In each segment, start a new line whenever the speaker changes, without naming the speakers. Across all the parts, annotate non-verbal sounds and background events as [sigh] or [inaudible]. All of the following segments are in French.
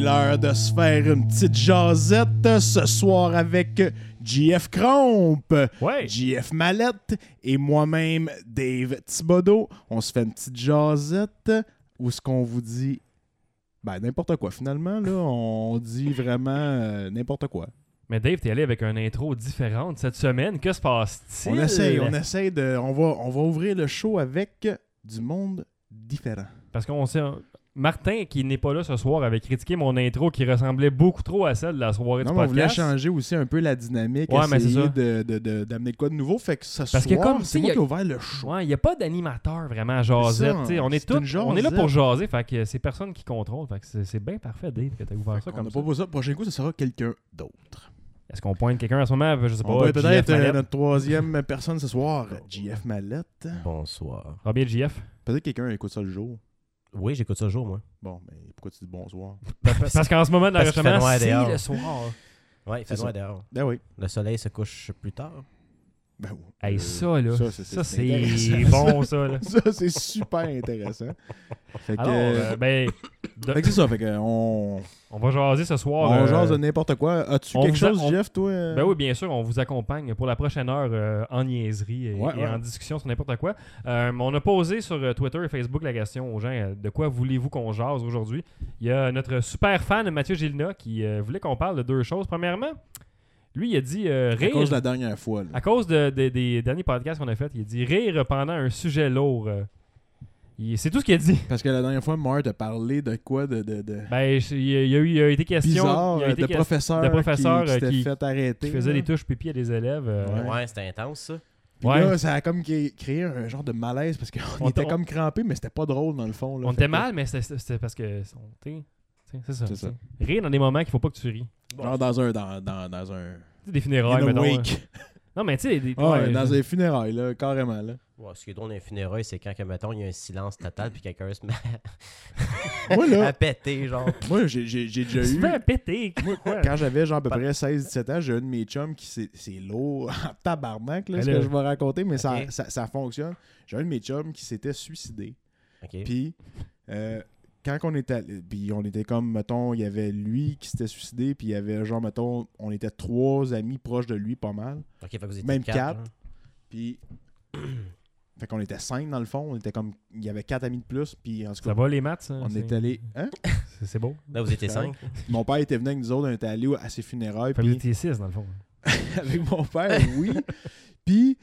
l'heure de se faire une petite jasette ce soir avec JF Cromp,
Ouais.
JF Mallette et moi-même, Dave Thibodeau. On se fait une petite jasette où ce qu'on vous dit, ben n'importe quoi finalement, là, on dit vraiment euh, n'importe quoi.
Mais Dave, t'es allé avec une intro différente cette semaine. Que se passe-t-il?
On essaye, on essaye de, on va, on va ouvrir le show avec du monde différent.
Parce qu'on sait... Martin, qui n'est pas là ce soir, avait critiqué mon intro qui ressemblait beaucoup trop à celle de la soirée
Non,
du
mais on voulait
podcast.
changer aussi un peu la dynamique,
Ouais, mais c'est
essayer
ça.
de- de- de- d'amener de quoi de nouveau. Fait que ce
Parce que
soir,
comme,
c'est
tu sais,
moi
y a-
qui ai ouvert le show.
Ouais, il n'y a pas d'animateur vraiment à
C'est
jasette.
ça, hein.
tu sais. on est,
c'est
tous-
une
on est là
jasette.
pour jaser, fait que c'est personne qui contrôle. Fait que c'est c'est bien parfait, Dave, que t'as ouvert
on
ça
n'a
comme ça.
pas besoin. Prochain coup, ce sera quelqu'un d'autre.
Est-ce qu'on pointe quelqu'un à ce moment? Je sais pas.
On va
JF
peut-être euh,
Mallette.
notre troisième [laughs] personne ce soir, JF Mallette.
Bonsoir.
Ah bien, JF.
Peut-être que quelqu'un écoute ça le jour.
Oui, j'écoute ça le jour, moi.
Bon, mais pourquoi tu dis bonsoir?
Parce qu'en ce moment, dans
Parce qu'il fait
l'enregistrement,
noir
c'est
dehors.
[laughs]
le soir.
Ouais, il
C'est
fait noir
ça.
dehors.
Ben oui.
Le soleil se couche plus tard.
Ben oui.
Hey,
Euh,
ça, là.
ça, c'est-
Ça,
c'est
c'est
intéressant.
bon, ça, là.
[laughs] Ça, c'est super intéressant. Fait que,
Alors,
euh,
euh, ben, de-
fait que c'est ça. Fait que, euh, on,
on va jaser ce soir.
on
euh,
jase de n'importe quoi. As-tu
on
quelque
vous a-
chose,
on-
Jeff, toi? euh?
Ben oui, bien sûr, on vous accompagne pour la prochaine heure euh, en niaiserie et,
Ouais,
et
ouais.
en discussion sur n'importe quoi. Euh, on a posé sur euh, Twitter et Facebook la question aux gens euh, de quoi voulez-vous qu'on jase aujourd'hui Il y a notre super fan Mathieu Gilna qui euh, voulait qu'on parle de deux choses. Premièrement, lui, il a dit euh,
À
rire.
cause de la dernière fois. là.
À cause de- de- des derniers podcasts qu'on a fait, il a dit rire pendant un sujet lourd. Euh, il- C'est tout ce qu'il a dit.
Parce que la dernière fois, Mart a parlé de quoi de, de, de
Ben, je- il y a, il y a eu, il y a été question
bizarre,
il y a
euh,
été
de
que-
professeur,
de professeur,
qui,
euh,
s'était
qui-
fait arrêter.
qui faisait
là.
des touches pipi à des élèves. euh,
Ouais.
Ouais, c'était intense, ça.
Puis
Ouais.
là, ça a comme cré- créé un genre de malaise parce qu'on
On
était
t-
comme crampés, mais c'était pas drôle dans le fond. là.
On
Fait
était
que,
mal, mais c'était- c'était parce que. on- t'sais, t'sais, C'est ça.
C'est
t'sais.
ça.
Rire dans des moments qu'il faut pas que tu ris.
Genre dans un. Dans, dans, dans un.
T'sais, des
in
funérailles,
a
mettons. hein.
wake.
Non, mais tu sais, des-
Ah,
ouais,
dans
je-
un funérailles, là, carrément. Là.
Ouais, ce qui est drôle d'un funérail, c'est quand, que, mettons, il y a un silence total, puis quelqu'un se met
Moi,
à
là,
péter, genre.
moi, j'ai j'ai- j'ai déjà
Tu
eu.
te fais péter.
Moi,
quoi?
quand j'avais genre à peu près 16-17 ans, j'ai un de mes chums qui c'est- c'est lourd en tabarnak, là,
Mais
ce
là-
que je vais raconter, mais ça,
Ok.
ça, ça fonctionne. J'ai un de mes chums qui s'était suicidé.
OK.
Puis, euh, quand on était. allé- Puis, on était comme, mettons, il y avait lui qui s'était suicidé, puis il y avait, genre, mettons, on était trois amis proches de lui, pas mal.
OK, fait que vous étiez
Même
quatre.
quatre. Puis. [clears throat] fait qu'on était cinq, dans le fond. On était comme. Il y avait quatre amis de plus, puis en tout
Ça
cas.
va, les maths? ça?
On
C'est-
est allé. Hein?
c'est- C'est beau.
genre. Là, vous étiez cinq.
Mon père était venu avec nous autres, on était allé à ses funérailles.
Fait que vous
Puis
étiez 6 dans le fond.
[laughs] avec mon père, oui. Puis,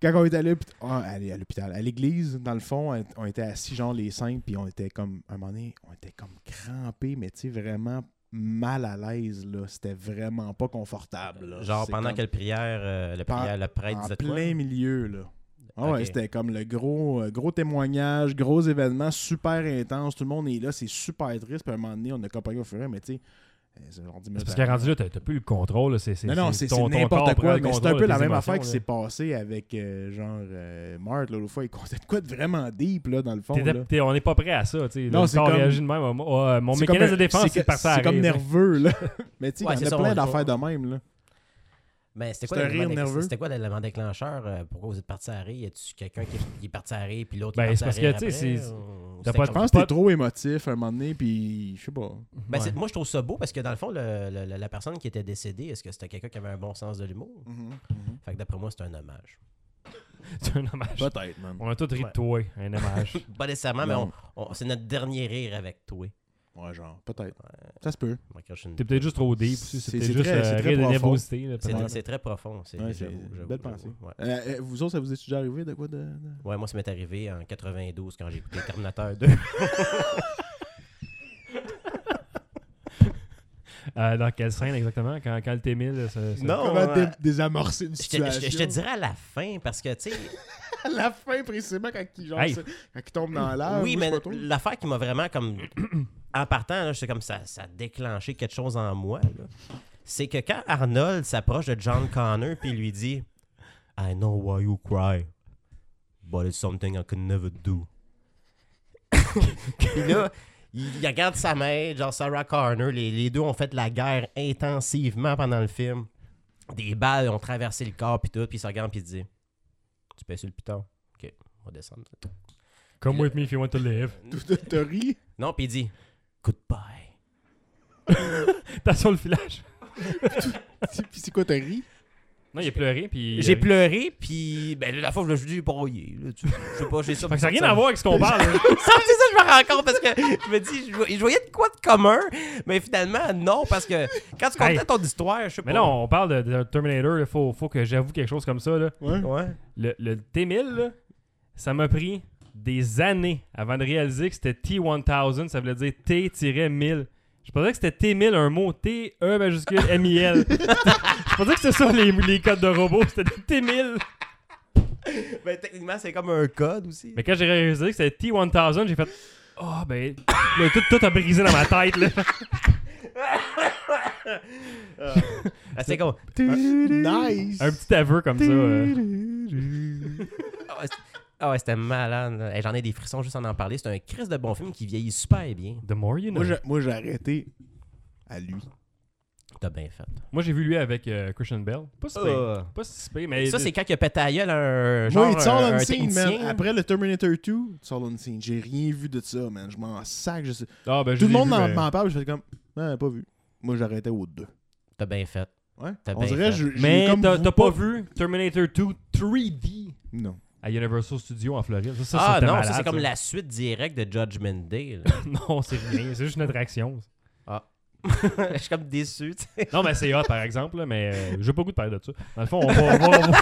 quand on était allé à l'hôpit- ah, allé à l'hôpital, à l'église, dans le fond, on- on était assis, genre les cinq, puis on était comme, à un moment donné, on était comme crampés, mais tu sais, vraiment mal à l'aise, là. C'était vraiment pas confortable, là.
Genre,
Ah, C'est
pendant
comme
quelle prière, euh, le,
Pen-
prière le prêtre
En
disait de quoi?
plein milieu, là. Ah ouais,
Ok.
c'était comme le gros, euh, gros témoignage, gros événement, super intense. Tout le monde est là, c'est super triste. Puis à un moment donné, on a compagné au fur et à mesure, mais tu sais, euh, c'est genre dix minutes
C'est parce qu'à
avant.
rendu là, t'as t'as plus le contrôle. là, c'est-
Non, non, c'est c'est
ton- ton
n'importe
corps prend
quoi,
le
mais c'est un
contrôle
peu
de
la
tes
même
émotions,
affaire qui
là.
s'est passée avec, euh, genre, euh, Mart, là, l'autre fois, il comptait de quoi de vraiment deep, là, dans le fond,
T'étais-
là.
t'es- on n'est pas prêt à ça. tu sais.
Non,
le
c'est
corps
comme-
réagit de même. Ah, moi, ah, mon
C'est
mécanisme
comme-
de défense,
c'est
c'est
que-
par ça.
C'est comme
arrive.
nerveux, là. [laughs] mais tu sais,
Ouais,
il
c'est
y en a
ça,
plein
on-
d'affaires de même, là.
Mais Ben, c'était quoi
C'était un rire
l'élément déc-
nerveux.
C'était quoi l'élément déclencheur? euh, pourquoi vous êtes parti à rire? Y a-tu quelqu'un qui, qui est parti à rire, puis l'autre
Ben,
qui est
c'est parce
parti à rire
que, tu sais,
après,
c'est-
ou-
t'as pas
c'était
de
Je
comme-
pense que
Pas-
t'es trop émotif à un moment donné, puis je sais pas.
Ben, c'est-
Ouais.
[laughs] Moi, je trouve ça beau parce que dans le fond, le- le- le- la personne qui était décédée, est-ce que c'était quelqu'un qui avait un bon sens de l'humour? Fait que d'après moi, c'est un hommage.
C'est un hommage.
Peut-être, man.
On a tous ri de toi. Un hommage.
Pas nécessairement, mais
Non.
on, on- c'est notre dernier rire avec toi.
Ouais, genre, peut-être. Ça se peut.
Moi, quand je suis une-
T'es peut-être juste trop deep. aussi,
C'est-
C'est peut-être
c'est
juste
très- c'est
euh,
très
rire de
profond.
nervosité. là,
C'est
peut-être.
c'est très profond. C'est
Ouais,
j'avoue,
c'est-
j'avoue,
belle
j'avoue,
pensée.
ouais.
Euh, euh, vous autres, ça vous est déjà arrivé de quoi de. de-
Ouais, moi, ça m'est arrivé en 92 quand j'ai écouté
[laughs]
Terminator 2.
Euh, dans quelle scène exactement Quand, quand le T-1000 se- se-
Non,
Comment
euh,
dé- désamorcer une
je, te, je
situation?
te- je te dirais à la fin parce que, tu sais,
[laughs] À la fin, précisément, quand il, genre,
Hey.
se- quand il tombe dans l'air.
oui,
ou je
mais
sais pas trop.
l'affaire qui m'a vraiment comme. [clears throat] en partant, là, j'étais comme ça, ça a déclenché quelque chose en moi. là. C'est que quand Arnold s'approche de John Connor puis il lui dit I know why you cry, but it's something I could never do. [laughs] puis là, il, il regarde sa mère, genre Sarah Connor. Les, les deux ont fait la guerre intensivement pendant le film. Des balles ont traversé le corps puis tout, puis il se regarde puis il dit Tu peux sur le piton. Ok, on va descendre.
[laughs] Come with me if you want to live.
Tout- tout- T'as ri? [laughs]
Non, puis il dit Goodbye.
Attention le filage.
C'est- Puis c'est quoi, t'as ri?
Non, il a pleuré, puis. euh, il a
J'ai
ri.
pleuré, puis ben, la fois, je me suis dit, broyer. là, tu- Je sais pas, j'ai ça.
Fait que ça n'a rien à voir avec ce qu'on parle. là.
[laughs] Ça, c'est ça, je me rends compte parce que je me dis, je, vois- je voyais de quoi de commun, mais finalement, non, parce que quand tu
Hey.
comptais ton histoire, je sais pas.
Mais non, on parle de, de Terminator, il faut, faut que j'avoue quelque chose comme ça. Là.
Ouais.
hein. Ouais.
Le, le T-1000, là, ça m'a pris des années avant de réaliser que c'était T-1000, ça voulait dire T-1000. Je pensais que c'était T-1000, un mot T-E majuscule M-I-L. [laughs] Je pensais que c'était ça les, les codes de robots, c'était des T-1000.
Ben, techniquement, c'est comme un code aussi.
Mais quand j'ai réalisé que c'était T-1000, j'ai fait « Ah, ben... » là, tout, tout a brisé dans ma tête, [laughs] là.
[laughs] Ah, c'est comme.
Nice!
Un petit aveu comme ça. euh. [laughs]
Ah ouais, c'est- Ah ouais, c'était malade. là. Hey, J'en ai des frissons juste en en parler. C'est un Chris de bon film qui vieillit super bien.
The more you know.
Moi, j'ai- Moi, j'ai arrêté à lui.
T'as bien fait.
Moi, j'ai vu lui avec euh, Christian Bell. Pas si pire.
Ah.
Pas si pire, mais...
Ça, c'est quand il a pété la gueule à un. Genre,
Moi, il te
euh,
sort
un, un
l'unseen, man.
technicien.
Après le Terminator 2, tu sors l'unseen. J'ai rien vu de ça, man. Je m'en sac. Je sais.
Ah, ben, je
Tout le
l'ai
monde
vu,
m'en
mais-
m'en parle, je fais comme, ah, pas vu. Moi, j'arrêtais aux deux.
T'as bien fait.
Ouais.
T'as
On
bien
dirait,
fait.
je- j'ai
Mais
comme
t'as
vous
t'as pas vu Terminator 2 3D
Non.
à Universal Studios en Floride. Ça, ça,
ah
c'était
non,
malade,
ça, c'est comme la suite directe de Judgment Day.
[laughs]
là.
[laughs]
[laughs]
non, c'est rien. C'est juste une attraction.
je suis comme déçu. tu sais.
Non, mais c'est hot, par exemple, là, mais euh, j'ai pas le goût de parler de ça. Dans le fond, on, va, on, va- on va-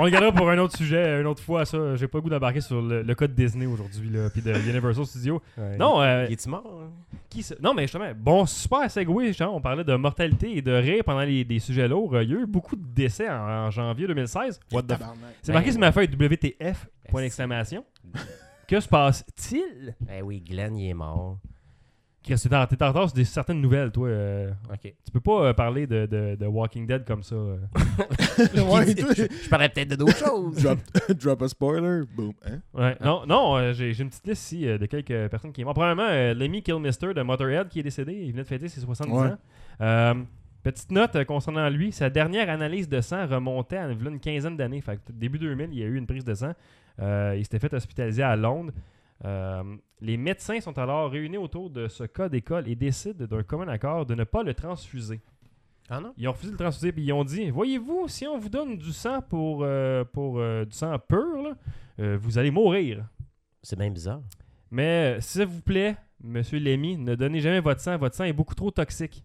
on le gardera pour un autre sujet, une autre fois. ça. J'ai pas le goût d'embarquer sur le, le code Disney aujourd'hui, là, puis de Universal Studios. Non, euh,
Ben, Il est-tu mort? hein?
qui se- non, mais justement, bon, super segue, justement, on parlait de mortalité et de rire pendant les, des sujets lourds. Euh, Il y a eu beaucoup de décès en, en janvier 2016. What the f- [laughs]
Tabarnak.
C'est marqué sur ma feuille WTF, point d'exclamation. Que se passe-t-il?
[laughs] Ben oui, Glenn, il est [laughs] mort.
Chris, t'es en t'es en retard sur des- certaines nouvelles, toi. euh,
OK.
tu peux pas euh, parler de, de- de Walking Dead comme ça. euh.
Ouais, toi,
Je parlais peut-être de d'autres choses.
[laughs] drop, [laughs] drop a spoiler. Boom. Hein?
Ouais, non, non euh, j'ai j'ai une petite liste ici euh, de quelques personnes qui est mort. Premièrement, euh, Lemmy Kilmister de Motorhead qui est décédé. Il venait de fêter ses 70
Ouais.
ans. Euh, petite note euh, concernant lui. Sa dernière analyse de sang remontait à voilà, une quinzaine d'années. Fait que début 2000, il y a eu une prise de sang. Euh, il s'était fait hospitaliser à Londres. Euh, les médecins sont alors réunis autour de ce cas d'école et décident d'un commun accord de ne pas le transfuser.
Ah non?
Ils ont refusé de le transfuser puis ils ont dit Voyez-vous, si on vous donne du sang pour, euh, pour euh, du sang pur, là, euh, vous allez mourir.
C'est bien bizarre.
Mais euh, s'il vous plaît, monsieur Lémy, ne donnez jamais votre sang. Votre sang est beaucoup trop toxique.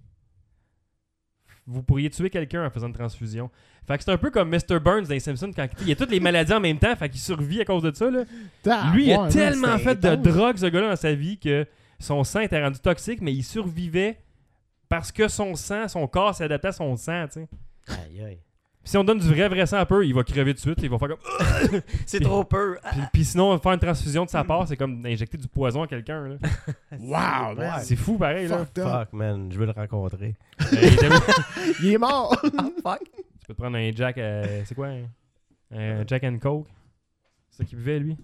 Vous pourriez tuer quelqu'un en faisant une transfusion. Fait que c'est un peu comme Mr. Burns dans les Simpsons quand il y a toutes les maladies en même temps, fait qu'il survit à cause de ça. Là.
Ah,
Lui, il a tellement fait de drogue, ce gars-là, dans sa vie, que son sang était rendu toxique, mais il survivait parce que son sang, son corps s'adaptait à son sang, tu sais.
Aïe, aïe.
Puis si on donne du vrai vrai sang à peu, il va crever de suite, il va faire comme
C'est
Puis-
[laughs] trop peu.
Ah,
puis, puis sinon faire une transfusion de sa part, c'est comme injecter du poison à quelqu'un là.
Wow, man.
C'est fou pareil là.
Fucked up.
man. Je veux
[laughs]
le rencontrer.
Euh, il était- tu
Il est mort.
[laughs] peux te prendre un
[laughs]
Jack euh, c'est quoi un,
Euh,
un Jack and Coke C'est ça qu'il buvait lui.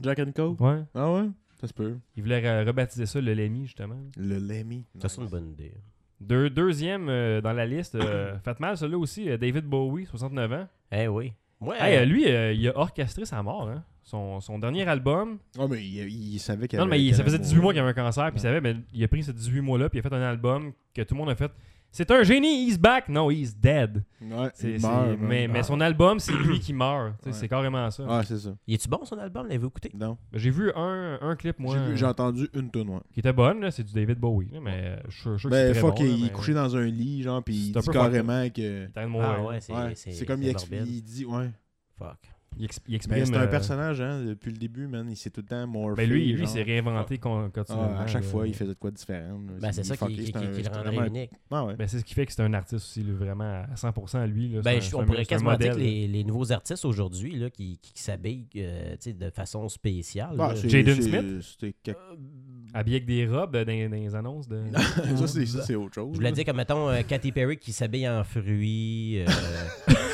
Jack and Coke.
Ouais.
Ah ouais? Ça se peut.
Il voulait re- rebaptiser ça le Lemmy justement.
Le Lemmy.
Ça, c'est une bonne idée.
Deux- deuxième euh, dans la
[coughs]
liste, euh, faites mal celui-là aussi euh, David Bowie, 69 ans.
Eh oui. Ouais.
Hey, euh, lui euh, il a orchestré sa mort hein. Son, son dernier album,
Ah, mais il, il savait qu'il
Non,
avait-
mais il-
qu'il
ça
allait
faisait 18 mois
mourir.
qu'il avait un cancer, puis il savait, mais il a pris ce 18 mois-là, puis il a fait un album que tout le monde a fait. C'est un génie, he's back. Non, he's dead.
Ouais,
C'est-
il
c'est-
meurt, man.
mais, mais
Ah.
son album, c'est lui qui meurt. Tu sais,
Ouais.
C'est carrément ça.
Ah, c'est ça.
Il est-tu bon, son album? L'avez-vous écouté?
Non.
J'ai vu un, un clip, moi, euh,
J'ai vu- J'ai entendu une tonne, ouais.
qui était bonne. là, C'est du David Bowie. là, mais euh, je suis sûr- sûr que
Ben,
c'est très
fuck,
bon, là,
il est
mais-
couché dans un lit, genre, pis il
C'est un
dit
peu fucked up.
carrément que.
Il est en train de mourir.
Ah c'est
Ouais, c'est comme il,
c'est
explique,
morbide.
il dit, ouais.
Fuck.
Il, ex- il exprime.
Mais Ben, c'est un
euh,
personnage, hein, depuis le début, man. Il s'est tout le temps morphé.
ben, lui, lui euh, il
genre.
s'est réinventé con- continuellement.
Ah, à chaque
là.
fois, il faisait de quoi de différent. là.
Ben, c'est
Il
ça qui,
fucké,
qui,
c'est
qui-
un-
qui le
c'est
rendrait
vraiment-
unique.
Ah ouais.
Ben, c'est ce qui fait que c'est un artiste aussi, là, vraiment à 100% lui. là. C'est
Ben,
un-
je-
c'est
on
un-
pourrait
c'est un
quasiment dire que
modèle, là.
les, les nouveaux artistes aujourd'hui là, qui, qui s'habillent euh, tu sais, de façon spéciale.
Ah,
là.
c'est-
euh, Jaden
c'est-
Smith?
C'était
[laughs]
quelque-
Habillé avec des robes euh, dans, dans les annonces
[laughs]
de. [laughs]
ça, c'est- [laughs] ça, c'est autre chose.
Je voulais
là.
dire que, mettons, euh, Katy Perry qui s'habille en fruits. euh,
[laughs]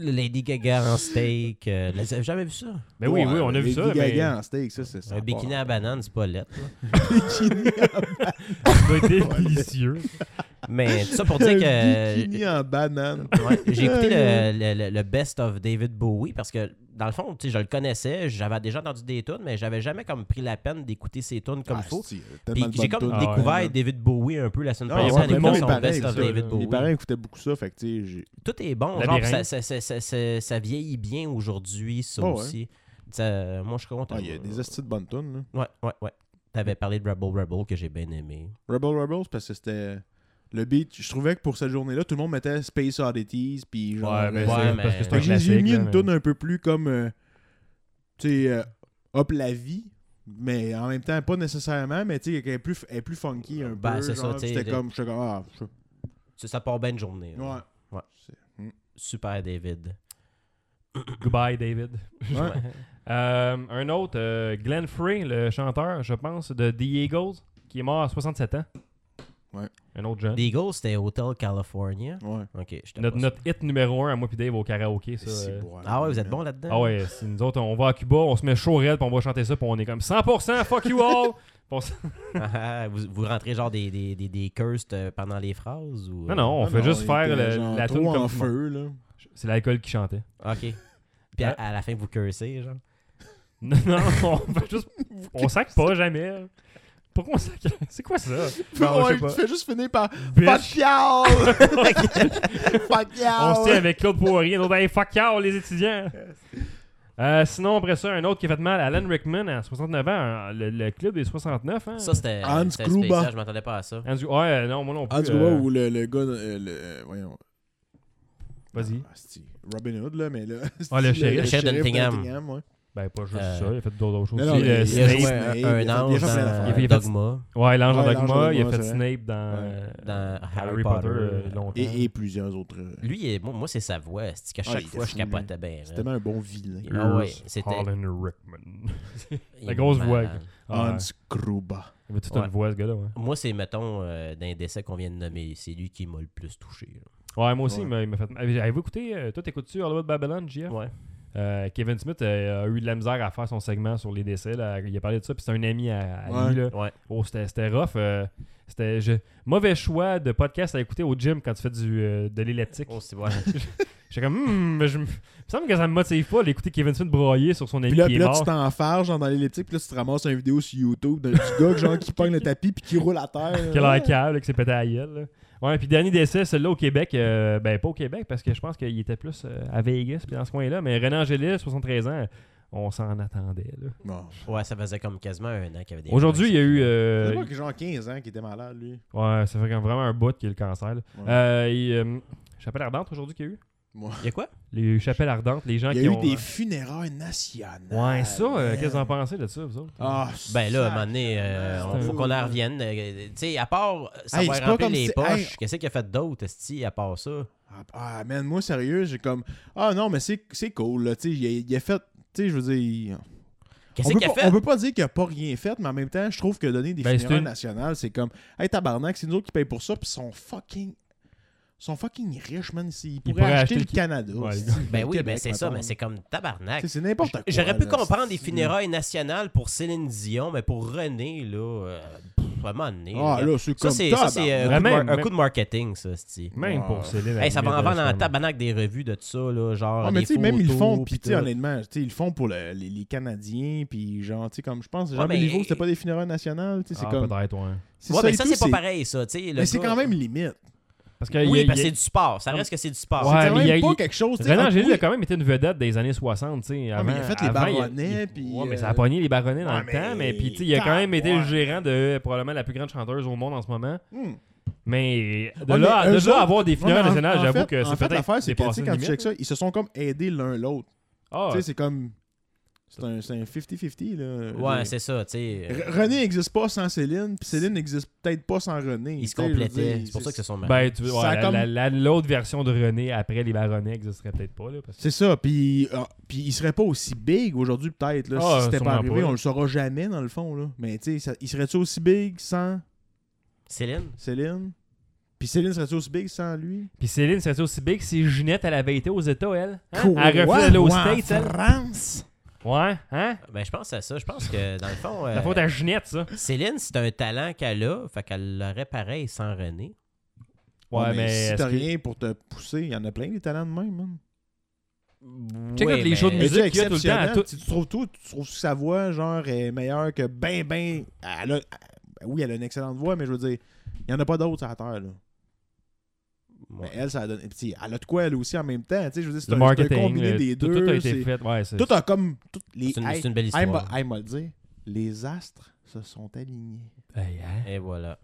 Lady Gaga en steak. euh, vous avez jamais vu ça?
Ben oui,
Ouais,
oui, on a vu
Lady
ça. mais-
Gaga en steak, ça, c'est ça.
Un bikini à la banane, c'est pas lettre. là.
Bikini à- [laughs]
Ça doit être délicieux.
Mais tout ça pour dire
Un
que.
bikini en banane.
Ouais, j'ai écouté le, le- le- le best of David Bowie parce que dans le fond, tu sais, je le connaissais, j'avais déjà entendu des tunes, mais j'avais jamais comme pris la peine d'écouter ses tunes comme il
Ah,
faut.
c'est- il y a
Puis
tellement de
j'ai
bonnes
comme
tunes.
Ah ouais,
découvert
ouais.
David Bowie un peu la semaine
Ah,
passée
ouais,
en
mais
écoutant
moi,
son
pareil,
best of
ça,
David
mes
Mes
Bowie.
parents écoutaient beaucoup ça, fait que tu sais, j'ai-
Tout est bon, genre,
Labyrinthe.
ça, ça- ça- ça- ça- ça vieillit bien aujourd'hui, ça
Ah ouais.
aussi. Ça- euh, moi, je suis content.
Ah, il y a des astuces de bonnes tunes. là.
Ouais, ouais, ouais. T'avais parlé de Rebel Rebel que j'ai bien aimé.
Rebel Rebels, parce que c'était le beat. Je trouvais que pour cette journée-là, tout le monde mettait Space Oddities, puis genre.
Ouais, mais
euh,
Ah, ben, c'est
Ouais, mais-
parce que c'est
Fait
un
que j'ai-
classique.
j'ai mis
là,
une
mais-
tune un peu plus comme. euh, tu sais, euh, Hop la vie, mais en même temps, pas nécessairement, mais tu sais, elle est plus, elle est plus funky un
Ben,
peu.
c'est ça,
genre,
tu sais,
C'était
le-
comme. j'étais comme, ah, je-
Ça, ça part bien une journée. là.
ouais.
Ouais.
C'est-
Super, David.
Goodbye, David. [laughs]
Ouais.
Euh, un autre, euh, Glenn Frey, le chanteur, je pense, de The Eagles, qui est mort à 67 ans.
Ouais.
Un autre jeune.
The Eagles, c'était Hotel California.
Ouais.
Ok, j'étais
Notre,
pas
notre hit numéro 1 à moi puis Dave au karaoké, ça.
C'est
euh.
bon,
Ah ouais, vous êtes
là.
bon là-dedans?
Ah ouais, c'est- nous autres, on va à Cuba, on se met chaud raide, puis on va chanter ça, puis on est comme 100%, fuck you all! Puis on s-
[laughs] Ah, ah, vous, vous rentrez genre des, des, des, des cursed euh, pendant les phrases? Ou...
Non, non, on
Ah,
fait
non,
juste
il
faire
était
le-
genre
la
trop
tune
en
comme...
feu, là.
C'est l'alcool qui chantait. [laughs]
euh? OK. Puis à,
Ah.
à la fin, vous cursez, genre.
Non, non, on fait juste... On sac pas jamais. Pourquoi on sac? [laughs] C'est quoi ça? [laughs]
Non,
je sais
tu
pas.
fais juste finir par
Bitch!
Fuck
[laughs]
y'all! Fuck y'all!
On se tient avec Claude Poirier, l'autre, hey, fuck y'all, les étudiants! Euh, sinon, après ça, un autre qui a fait mal, Alan Rickman, à 69 ans, un- le, le club des 69, hein?
Ça, c'était
Hans
c'était
Gruber.
spécial, je m'attendais pas à ça.
Andrew... Ouais, non, moi non plus.
En tout
euh,
cas, Ah, où le, le gars. euh, le, euh, voyons.
Vas-y.
Ah, c'est-tu Robin Hood, là, mais là.
Ah, le shérif.
Le shérif de Nottingham.
ouais.
Ben, pas juste
Euh,
ça, il a fait d'autres choses
Non, non,
aussi.
il-
le
il a
euh, Snape.
joué
un,
Snape,
un
il a fait- il
ange
a fait plein
dans
d'affaires.
euh,
Il a fait-
Dogma,
Ouais, l'ange
Ouais,
en
l'ange en
dogma, il a
dogma,
fait
c'est vrai.
Snape dans, euh,
dans
Harry Potter, euh, longtemps.
Et, et plusieurs autres. euh,
Lui, il est- moi, moi, c'est sa voix. C'est qu'à
Ah,
chaque
il était
fois, je
fou,
hein.
capotais bien.
C'est tellement un bon vilain.
Ah ouais,
Here's
c'était-
Alan Rickman. la grosse voix. Ah,
Hans
ouais.
Kruba.
Il avait toute
Ouais.
une voix, ce gars-là. Ouais,
Moi, c'est, mettons, euh, d'un décès qu'on vient de nommer, c'est lui qui m'a le plus touché. là.
Ouais, moi aussi,
Ouais.
il m'a- il m'a fait. Avez- Avez-vous écouté euh, Toi, t'écoutes-tu Hollywood Babylon, JF Euh, Kevin Smith euh, a eu de la misère à faire son segment sur les décès. là. Il a parlé de ça, puis c'est un ami à, à
Ouais.
lui. Là.
Ouais.
Oh, c'était c'était rough. euh, c'était je- mauvais choix de podcast à écouter au gym quand tu fais du, euh, de l'électrique.
Oh, c'est vrai.
J'étais comme, Hmm, mais je me- il me semble que ça me motive pas d'écouter Kevin Smith broyer sur son ami
Puis là,
qui
puis
est
là
mort.
tu t'enfarges genre, dans l'elliptique, puis là, tu te ramasses une vidéo sur YouTube d'un petit gars genre, qui pogne le tapis puis qui roule à terre.
Quel air câble, là, qui s'est pété à la gueule. là. Ouais, puis dernier décès, celui-là au Québec, euh, ben pas au Québec, parce que je pense qu'il était plus euh, à Vegas, puis dans ce coin-là, mais René Angélis, 73 ans, on s'en attendait. là.
Non.
[laughs] Ouais, ça faisait comme quasiment un an qu'il y avait des.
Aujourd'hui, il y a eu.
C'est
euh,
moi qui genre 15 ans qui était malade, lui.
ouais, ça fait quand vraiment un bout qu'il y a le cancer. là.
Ouais.
Euh, il, euh, chapelle ardente aujourd'hui qu'il y a eu
Moi.
Il y a quoi
Les chapelles ardentes, les gens
Il y a
qui
eu
ont. euh,
des funérailles nationales.
Ouais, ça, euh,
man.
qu'est-ce que vous en pensez de ça, vous autres
Ah,
Ben là, à un moment
Ah,
donné, euh,
sacrément.
on- faut qu'on en revienne. Euh, Tu sais, à part
Hey,
savoir
c'est pas
remplir
comme
les
si-
poches,
hey.
qu'est-ce qu'il a fait d'autre, Esti, à part ça
Ah, Ah, man, moi, sérieux, j'ai comme. Ah, non, mais c'est c'est cool, là. Tu sais, il, a- il a fait. Tu sais, je veux dire. il-
Qu'est-ce
On peut,
qu'il a
pas,
fait
on peut pas dire qu'il a pas rien fait, mais en même temps, je trouve que donner des
Ben, c'est
funérailles
une-
nationales, c'est comme. Hey, tabarnak, c'est nous autres qui payent pour ça, puis ils sont fucking. Ils sont fucking riches, man. Ils, pourraient
pourraient
acheter,
acheter
le
le-
Canada.
Ouais,
c'est-
les gars.
le
Ben oui,
Québec,
mais c'est ça,
mettons.
mais c'est comme tabarnak.
Tu sais, C'est n'importe quoi.
J'aurais pu
là.
comprendre des
C'est-
funérailles nationales pour Céline Dion, mais pour René, là, euh, pff, à un moment donné.
Ah,
regarde.
là, c'est
euh, ça,
comme
c'est, ça, c'est euh, un, coup de
Vraiment,
mar- un
même-
coup de marketing, ça, Esti.
Même
Ouais.
pour Céline.
Hey, ça va en
Almeida,
vendre en
justement.
tabarnak des revues de tout ça, là, genre.
Ah, mais
des
tu sais, même ils le
photos,
font, puis tu sais,
tout.
honnêtement, tu sais, ils le font pour le- les, les Canadiens, puis genre, tu sais, comme je pense, Jean
Ouais, mais-
Béliveau, c'était pas des funérailles nationales, tu sais, c'est
Ah,
comme.
peut-être, ouais.
c'est
Ouais, mais
et
ça,
tout,
c'est pas pareil, ça, tu sais. le
Mais c'est
gars-
quand même Ah, limite.
Parce que il y
Oui,
a-
parce
il
que
y a-
c'est du sport. Ça reste que c'est du sport.
Ouais,
c'est quand
mais il y
même
a-
pas
il-
quelque chose. tu sais,
René
ah,
Angélil
oui.
a quand même été une vedette des années 60, tu sais.
Ah, mais il a
avant-
fait les
avant, il-
baronnets,
il-
puis,
Ouais, mais ça
euh,
a pogné les baronnets dans
ouais,
le temps, mais
mais-
puis, tu sais, il a quand même été le
Ouais.
gérant de euh, probablement la plus grande chanteuse au monde en ce moment.
Hmm.
Mais de
Ouais,
là, à-
mais
de
eux
là à
autres-
avoir des
Ouais, mais
finales
en-
nationales,
en
j'avoue
fait-
que
En
c'est
fait,
peut-être
l'affaire, c'est que tu
dépassé
sais,
une
quand tu
limite.
checkes ça, ils se sont comme aidés l'un l'autre.
Ah,
Tu sais, c'est comme. C'est un c'est un 50-50, là.
Ouais,
Je-
c'est ça, tu sais. euh,
R- René n'existe pas sans Céline, puis Céline n'existe peut-être pas sans René.
Ils se
tu sais, je veux
complétaient.
dire,
C'est pour ça que ce sont mariés.
ben, tu ouais,
Ça a
la-
comme-
la- la- L'autre version de René après les baronnets n'existerait peut-être pas. Là, parce que-
C'est ça, puis ah, puis il serait pas aussi big aujourd'hui peut-être là,
Ah,
si c'était pas
sûrement
arrivé,
pas.
on le saura jamais dans le fond là. Mais tu sais, ça- il serait-tu aussi big sans
Ben-
Céline?
Céline Puis Céline serait-tu aussi big sans lui
Puis Céline, serait aussi big si Ginette, elle avait été aux États, elle. Hein?
Quoi?
Elle refusait d'aller aux
Ou en
States, elle.
France
Ouais, hein?
Ben, je pense à ça. Je pense que, dans le fond, euh,
La faute à Ginette, ça.
Céline, c'est un talent qu'elle a. Fait qu'elle l'aurait pareil sans René.
Ouais,
Ouais,
mais.
si
est-ce
t'as
que-
rien pour te pousser, il y en a plein des talents de même, man.
Check out les shows de
Mais
musique.
tu
qu'il y a
sais,
tout le temps à
exceptionnel,
tout-
Tu tu trouves tout, tu trouves que sa voix, genre, est meilleure que ben, ben. elle a- elle- oui, elle a une excellente voix, mais je veux dire, il n'y en a pas d'autres sur la terre, là. Mais elle, ça a donné. Puis, elle a de quoi, elle aussi, en même temps. Tu sais, je veux dire, c'est
Le
un, c'est un
marketing,
combiné
le-
des
tout,
deux.
tout a
c'est-
été fait. Ouais, c'est-
Tout a comme. Tout, les,
C'est une,
hey,
c'est une belle
hey, m'a-
histoire.
hey, m'a le dire, les astres se sont alignés.
Hey, hein?
Et voilà.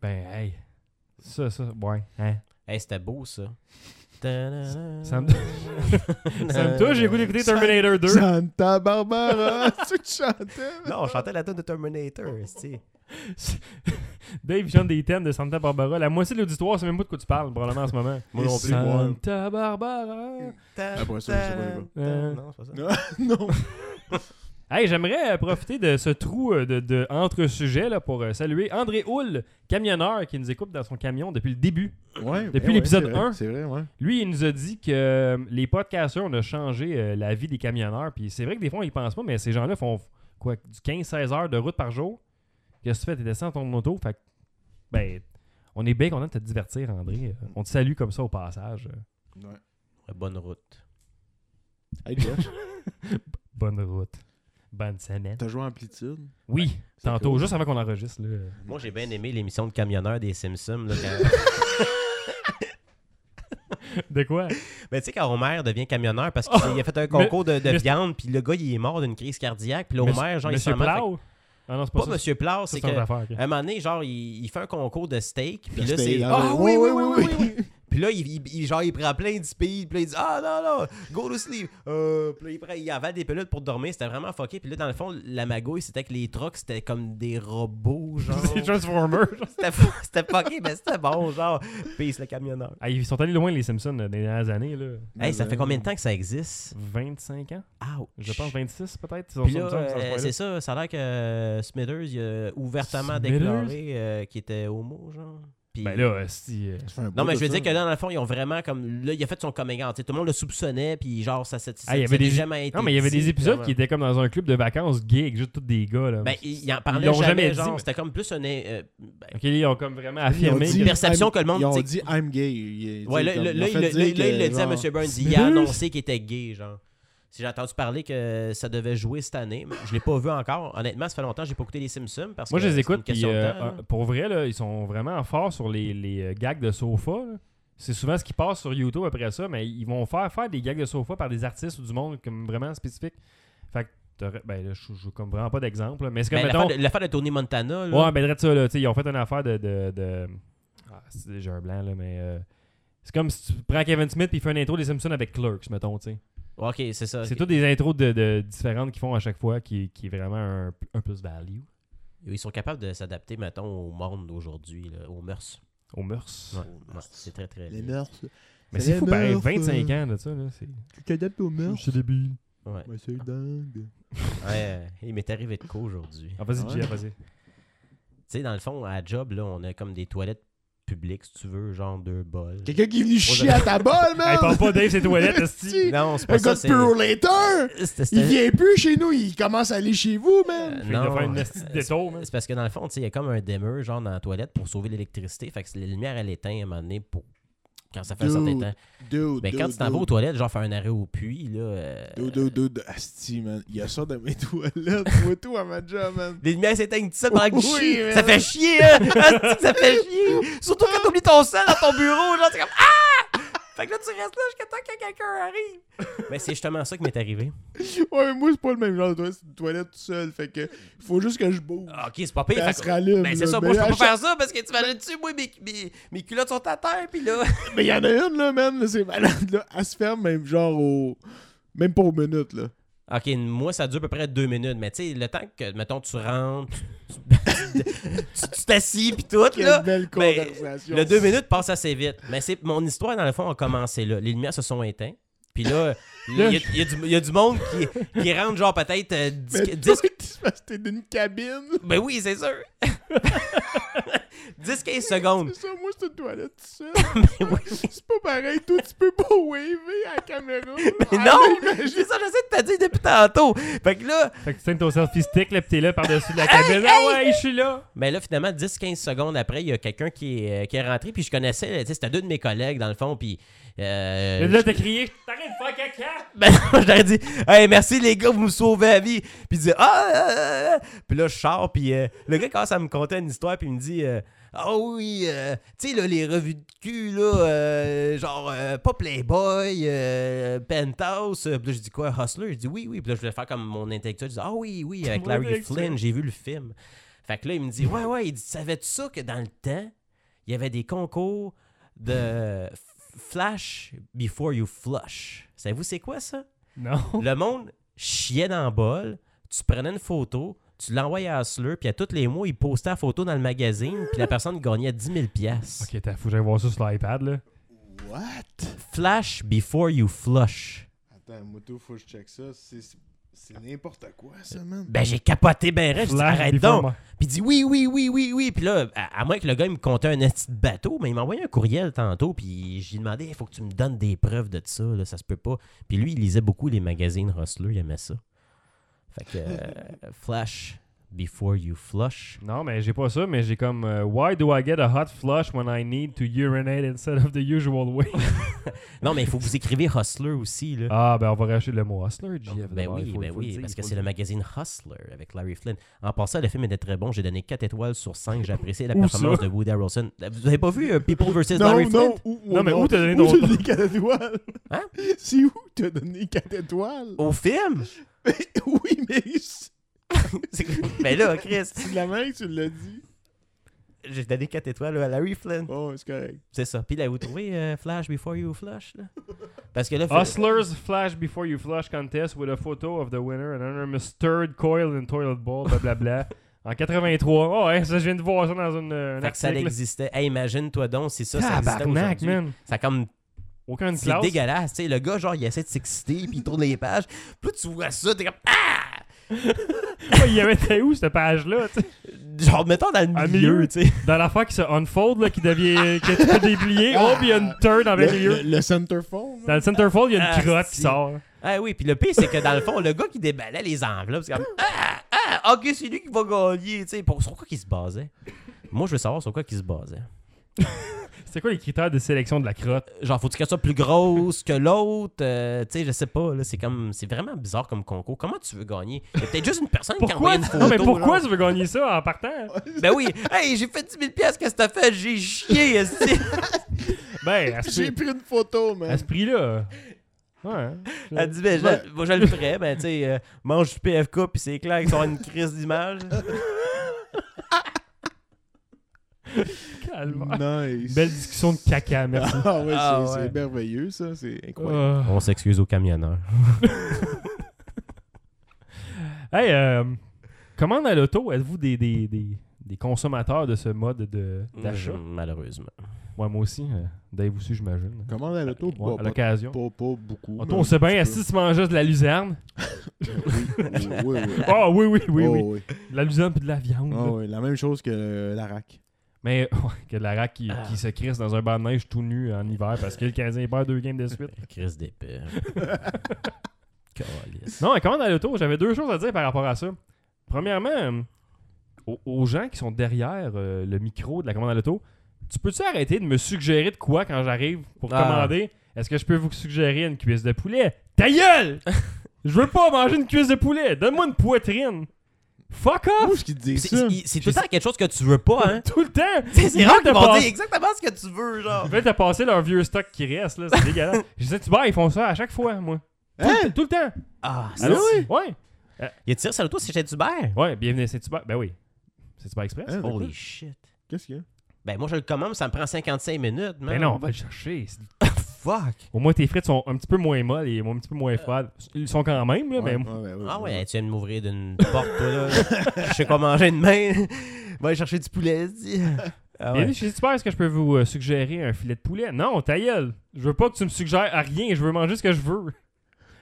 Ben, hey. Ça, ça, ouais. Hein?
Hey, c'était beau, ça.
Ça me Ça me touche, j'ai goût d'écouter
Ça-
Terminator 2.
Santa Barbara, [laughs] tu te chantais.
[laughs] Non, on chantait la tune de Terminator, tu
Dave chante des thèmes de Santa Barbara. La moitié de l'auditoire, c'est même pas de quoi tu parles, probablement, en ce moment.
Moi non plus,
Santa Barbara.
Après ça, je sais pas, je sais
Euh.
Non, c'est pas ça.
non.
Hey, j'aimerais euh, profiter de ce trou euh, de, de entre-sujet là, pour euh, saluer André Houle, camionneur qui nous écoute dans son camion depuis le début.
Ouais,
Depuis
ben ouais,
l'épisode
c'est vrai,
un.
C'est vrai, ouais.
Lui, il nous a dit que euh, les podcasteurs ont changé euh, la vie des camionneurs. Puis c'est vrai que des fois, on y pense pas, mais ces gens-là font quoi, du 15-16 heures de route par jour. Qu'est-ce que tu fais? T'es descendu dans ton auto. Fait que, ben, on est bien content de te divertir, André. Euh, On te salue comme ça au passage. Euh,
ouais.
Ouais, Bonne route.
Hey, Josh,
Bonne route. Bonne semaine.
t'as joué à Amplitude?
Oui,
c'est
tantôt,
cool.
juste avant qu'on enregistre. là.
Moi, j'ai bien aimé l'émission de camionneurs des Simpsons. là, quand-
[laughs]
De quoi?
Mais tu sais, quand Homer devient camionneur parce qu'il a fait un concours de, de
mais-
viande, puis le gars, il est mort d'une crise cardiaque, puis là,
Monsieur-
Homer, genre, il
Monsieur
s'en mêle.
Plow? Ah non, c'est
Fait-
pas,
Pas
ça.
Monsieur Plard,
ça,
c'est
c'est une
que. Euh,
affaire, hein. ok.
À un moment donné, genre, il, il fait un concours de steak, puis
Le
là,
steak,
c'est.
hein,
Ah
ouais.
oui, oui,
Ouais,
oui,
ouais,
oui, oui. Puis là, il, il- il- genre, il prend plein d'IPI, puis là, il dit Ah non, non, go to sleep. Euh, puis là, il, prend- il avale des pelotes pour dormir, c'était vraiment fucké. Puis là, dans le fond, la magouille, c'était que les trucks, c'était comme des robots, genre.
[laughs] [laughs] C'est Transformer.
C'était fou- c'était fucké, mais c'était bon, genre. Peace, le camionneur.
Ah, ils sont allés loin, les Simpsons, euh, des dernières années. Là.
Hey, ça fait combien de temps que ça existe
25 ans?
Ouch.
Je pense 26 peut-être. Ils ont
Puis
ça,
là,
me semble, ça, ce
euh,
point-là.
c'est ça, ça a l'air que euh, Smithers il a ouvertement
Smithers?
déclaré euh, qu'il était homo, genre. Puis-
Ben là, euh, si. euh,
Non, mais je veux dire que là, dans le fond, ils ont vraiment comme. Là, il a fait son coming out. tu sais, Tout le monde le soupçonnait, puis genre, ça s'est.
Ah, il y avait des-
Jamais été
Non, mais il y avait
dit,
des épisodes
vraiment.
qui étaient comme dans un club de vacances gay avec juste tous des gars. Là.
Ben, ils ils en parlaient
l'ont
jamais,
jamais dit,
genre.
mais-
C'était comme plus un. euh, ben,
Ok, ils ont comme vraiment affirmé.
dit-
que-
perception
I'm-
que le monde.
Ils ont
t'sais,
dit I'm gay. Il-
Ouais,
tu
là,
sais, comme,
là,
ils ont
là, il
fait
le-
dire
là,
que,
là, il le dit à
genre,
M.
[laughs]
Burns, il
Smithers?
a annoncé qu'il était gay, genre. Si J'ai entendu parler que ça devait jouer cette année, mais je l'ai pas vu encore. Honnêtement, ça fait longtemps que j'ai pas écouté les Simpsons parce
Moi,
que
je les
c'est
écoute.
une
Puis,
question de
euh,
temps, là.
euh, pour vrai, là, ils sont vraiment forts sur les, les euh, gags de sofa. là. C'est souvent ce qui passe sur YouTube après ça, mais ils vont faire faire des gags de sofa par des artistes ou du monde comme vraiment spécifique. Fait que, t'aurais- ben là, je joue comme vraiment pas d'exemple. là, Mais c'est comme,
Ben,
mettons,
l'affaire de- L'affaire de Tony Montana, là.
Ouais, ben drette ça, là, tu sais, ils ont fait une affaire de... de, de- Ah, c'est- j'ai un blanc, là, mais... euh, C'est comme si tu prends Kevin Smith et il fait une intro des Simpsons avec Clerks, mettons, tu sais.
Ouais, Ok, c'est ça.
C'est
ok.
toutes des intros de, de- différentes qu'ils font à chaque fois qui, qui est vraiment un, un plus-value
Ils sont capables de s'adapter, mettons, au monde d'aujourd'hui, là, aux mœurs.
aux mœurs.
Ouais,
Aux
ouais,
mœurs.
c'est très, très.
Les
bien.
mœurs.
Mais
C'est
c'est fou,
les
pareil,
mœurs,
25
euh.
ans de ça, là, c'est...
Tu t'adaptes aux mœurs.
débile.
Ouais.
Ouais, c'est dingue.
Ouais, euh, il m'est arrivé de quoi aujourd'hui?
Ah, vas-y,
Ouais.
Gia, vas-y.
Tu sais, dans le fond, à job, là, on a comme des toilettes publiques, si tu veux, genre deux bols.
Quelqu'un qui est venu chier à ta
[laughs]
balle,
Hey, parle
man!
pas Dave, c'est toilettes, esti.
Si.
Non, c'est
Un
pas
gars
ça.
de
c'est-
Pure Later!
C'était-
Il
c'était-
vient plus chez nous, il commence à aller chez vous, man!
Euh,
Je vais te faire une
non,
esti de détour, man.
C'est parce que dans le fond, tu sais, il y a comme un dimmer genre dans la toilette pour sauver l'électricité. Fait que la lumière, elle éteint à un moment donné pour... quand ça fait un certain
Dude,
temps.
Dude,
Mais
dude,
Euh, ben, quand tu t'en vas aux
dude.
toilettes, genre faire un arrêt au puits, là. euh,
Dude, dude, dude, asti, man. Il y a ça dans mes [laughs] toilettes, moi tout à ma job, man.
Les lumières s'éteignent tout seul pendant que
Oui,
tu chies.
mais-
Ça fait chier, hein! Asti que
[laughs]
ça fait chier! Surtout quand t'oublies ton sel dans ton bureau, genre, c'est comme Ah! Fait que là, tu restes là jusqu'à temps que quelqu'un arrive. Mais c'est justement ça qui m'est arrivé.
Ouais, mais moi, c'est pas le même genre de toilette, c'est une toilette tout seul, fait que faut juste que je bouge.
Ah, Ok, c'est pas
Puis
pire.
elle
Fait
se
que-
rallume.
Ben, c'est
là.
ça,
Mais
moi, je
à
peux pas
chaque-
faire ça parce que tu m'as dessus, moi, mes, mes, mes culottes sont à terre, pis là.
Mais il y en a une, là, man, là, c'est malade, là. Elle se ferme, même genre au. Même pas aux minutes, là.
Ok, moi, ça dure à peu près deux minutes, mais tu sais, le temps que, mettons, tu rentres, tu- [laughs] tu t'assis, pis tout,
Quelle
là.
belle
ben,
conversation.
Le deux minutes passe assez vite. Mais c'est mon histoire, dans le fond, a commencé là. Les lumières se sont éteintes. Puis là, il y, a- il y a du- il y a du monde qui, qui rentre, genre, peut-être euh,
[laughs] Mais
10, [laughs]
toi, c'est parce que t'es d'une cabine.
Ben oui, c'est sûr. 10-15 secondes.
C'est ça, moi, c'est une toilette tout
[laughs]
seul.
Mais Ben oui.
C'est pas pareil. Toi, tu peux pas waver à la caméra.
Mais
Ah,
non!
mais imagine-
C'est ça, j'essaie de te dire depuis tantôt. Fait que là,
Fait que tu tiens ton selfie stick, là, pis t'es là par-dessus la caméra. Ah ouais, je suis là.
Mais là, finalement, 10-15 secondes après, il y a quelqu'un qui, est- euh, qui est rentré, puis je connaissais, tu sais, c'était deux de mes collègues, dans le fond, puis... euh,
Et là, t'as crié, t'arrête de faire caca.
[laughs] ben, je leur ai dit, hey, merci les gars, vous me sauvez la vie. Puis il dit, ah, ah, ah, ah. Puis là, je sors, puis euh, le gars commence à me conter une histoire, puis il me dit, euh, ah oui, euh, tu sais, là, les revues de cul, là, euh, genre, euh, pas Playboy, euh, Penthouse. Puis là, je dis quoi, Hustler? Je dis oui, oui. Puis là, je voulais faire comme mon intellectuel. Je dis, ah oui, oui, avec
Mon
Larry
intellectuel.
Flynn, j'ai vu le film. Fait que là, il me dit, ouais, ouais, il dit, savais-tu ça que dans le temps, il y avait des concours de f- flash before you flush. Savez-vous c'est quoi ça?
Non.
Le monde chiait dans le bol, tu prenais une photo, tu l'envoyais à Hustler, puis à tous les mois, il postait la photo dans le magazine, puis la personne gagnait 10 000 pièces.
Ok, t'as faut que j'aille voir ça sur l'iPad, là.
What?
Flash before you flush.
Attends, moto, faut que je check ça. C'est- C'est n'importe quoi, ça, man.
Ben, j'ai capoté ben raide, j'ai dit,
Flash
arrête
before
donc.
my-
Puis il dit oui, oui, oui, oui, oui. Puis là, à, à moins que le gars il me comptait un petit bateau, mais il m'a envoyé un courriel tantôt. Puis j'ai demandé, il faut que tu me donnes des preuves de ça, là, ça se peut pas. Puis lui, il lisait beaucoup les magazines Hustler, il aimait ça. Fait
[laughs]
que euh, Flash Before You Flush.
Non, mais j'ai pas ça, mais j'ai comme euh, Why do I get a hot flush when I need to urinate instead of the usual
[laughs]
way?
Non, mais il faut que vous écrivez Hustler aussi. Là.
ah, ben on va racheter le mot Hustler, GF.
ben oui, ben oui, parce que c'est le magazine Hustler avec Larry Flynn. En passant, le film était très bon. J'ai donné 4 étoiles
[laughs]
sur 5. J'ai apprécié la
Où
performance
ça?
de Woody Harrelson. Vous avez pas vu euh, People vs.
Non,
Larry Flynn?
non, où,
Non, mais où
[laughs]
t'as donné ton-
t'as donné 4 étoiles?
Hein? Oh.
C'est où t'as donné 4 étoiles?
Au film? [laughs]
Mais [laughs] oui, mais c'est
C'est- Mais Ben là, Chris,
c'est de la main que tu l'as dit.
j'ai donné 4 étoiles à Larry Flynn.
Oh, c'est correct.
C'est ça. Puis là, vous trouvez euh, Flash Before You Flush, là? Parce que là, fait-
Hustlers flash before you flush contest with a photo of the winner and an stirred coil in toilet bowl,
[laughs]
blablabla. en 83. Oh, ouais, ça, je viens de voir ça dans une, euh, un
fait que ça
article.
existait. Hey, imagine-toi donc si ça, ça existait
Tabarnak,
aujourd'hui.
man.
Ça comme...
Aucune
C'est
classe.
dégueulasse, tu sais. Le gars, genre, il essaie de s'exciter, puis il tourne les pages. Puis là, tu vois ça, t'es comme... Ah!
Ouais, Il y avait t'es où, cette page-là, tu sais?
Genre, mettons dans
À
le milieu,
milieu.
tu sais.
Dans l'affaire qui se unfold, là, qui devient. que tu peux déplier.
Ah!
Oh, puis il y a une turd dans le milieu.
Le, le, centerfold.
Dans le centerfold, il y a
Ah,
une crotte qui
si.
sort.
Ah oui, puis le pire, c'est que dans le fond, le gars qui déballait les enveloppes, c'est comme... Ah! Ah! OK, c'est lui qui va gagner, tu sais. Pour... Sur quoi qu'il se basait? Moi, je veux savoir sur quoi qu'il se basait.
C'est quoi les critères de sélection de la crotte?
genre faut-tu qu'elle soit plus grosse que l'autre euh, tu sais je sais pas là c'est comme c'est vraiment bizarre comme concours comment tu veux gagner Il y a peut-être juste une personne qui a
Pourquoi?
envoyé une
tu-
photo
Non, mais pourquoi
genre.
tu veux gagner ça en partant?
ben oui hey j'ai fait 10 000 pièces qu'est-ce que t'as fait j'ai chié esti.
[laughs]
Ben, à ce,
J'ai pris une photo,
à
man.
ce prix-là. Ouais.
elle dit ben
Ouais.
je, moi, je le ferais ben tu sais euh, mange du PFK puis c'est clair qu'ils sont une crise d'image
Calvaire.
Nice.
Belle discussion de
[laughs]
caca, merci.
Ah ouais,
Ah,
c'est
ouais.
c'est merveilleux, ça. C'est incroyable.
Ah.
on s'excuse aux camionneurs
Hey, euh, comment dans l'auto êtes-vous des, des, des, des consommateurs de ce mode de- d'achat?
Mhm. Mm, malheureusement
Ouais, moi aussi. euh, Dave aussi, j'imagine.
Comment à l'auto?
Ouais, à
pas, pas,
l'occasion.
pas- pas beaucoup.
Auto,
mais
on sait bien,
un
est-ce
petit
que tu manges juste de
[laughs]
la luzerne?
peu. Oui, oui, oui. oui.
[laughs] Ah oui, oui, oui, oui.
Oh, oui.
De la luzerne puis de la viande.
Ah, oui, La même chose que euh, la rack.
Mais [laughs] ouais, que de la rac qui, qui se crisse dans un banc de neige tout nu en hiver parce que le Canadien perd deux games de suite.
Ben, crise d'épée [laughs] Calice.
[laughs] Non, mais comment dans l'auto, j'avais deux choses à dire par rapport à ça. Premièrement, euh, aux, aux gens qui sont derrière euh, le micro de la commande à l'auto, tu peux-tu arrêter de me suggérer de quoi quand j'arrive pour
Ah.
commander Est-ce que je peux vous suggérer une cuisse de poulet Ta [laughs] gueule Je veux pas manger une cuisse de poulet Donne-moi une poitrine Fuck
Où
off
est-ce qu'ils te disent
C'est-
ça?
c'est c'est tout le temps quelque chose que tu veux pas hein
Tout le temps
Tu sais, [laughs] c'est rare
Ils veulent
qu'ils
te
vont
passer-
dire exactement ce que tu veux genre
Ils veulent te passer leur vieux stock qui reste, là, c'est dégueulasse. Je disais, tu vois, ils font ça à chaque fois, moi. Tout,
Hein?
tout le temps.
ah
Allô?
c'est-
Ouais.
Il a tiré sur l'auto, c'est chez Dubert.
Ouais, bienvenue à Saint-Hubert. Ben oui. Saint-Hubert Express.
Hein, de quoi?
Holy shit.
Qu'est-ce qu'il y a?
Ben moi je le commande, ça me prend 55 minutes.
Ben
man.
non, on va le chercher. C'est-
Fuck.
Au moins, tes frites sont un petit peu moins molles et un petit peu moins froides. Ils sont quand même, là, mais
Ouais, ben, ouais, ouais,
Ah
ouais.
ouais, tu viens de m'ouvrir d'une porte, toi, [laughs] là. je sais quoi manger demain. Va aller chercher du poulet, dis. Ah
Bienvenue
ouais.
chez Saint-Hubert, est-ce que je peux vous euh, suggérer un filet de poulet? Non, ta gueule. Je veux pas que tu me suggères à rien. Je veux manger ce que je veux.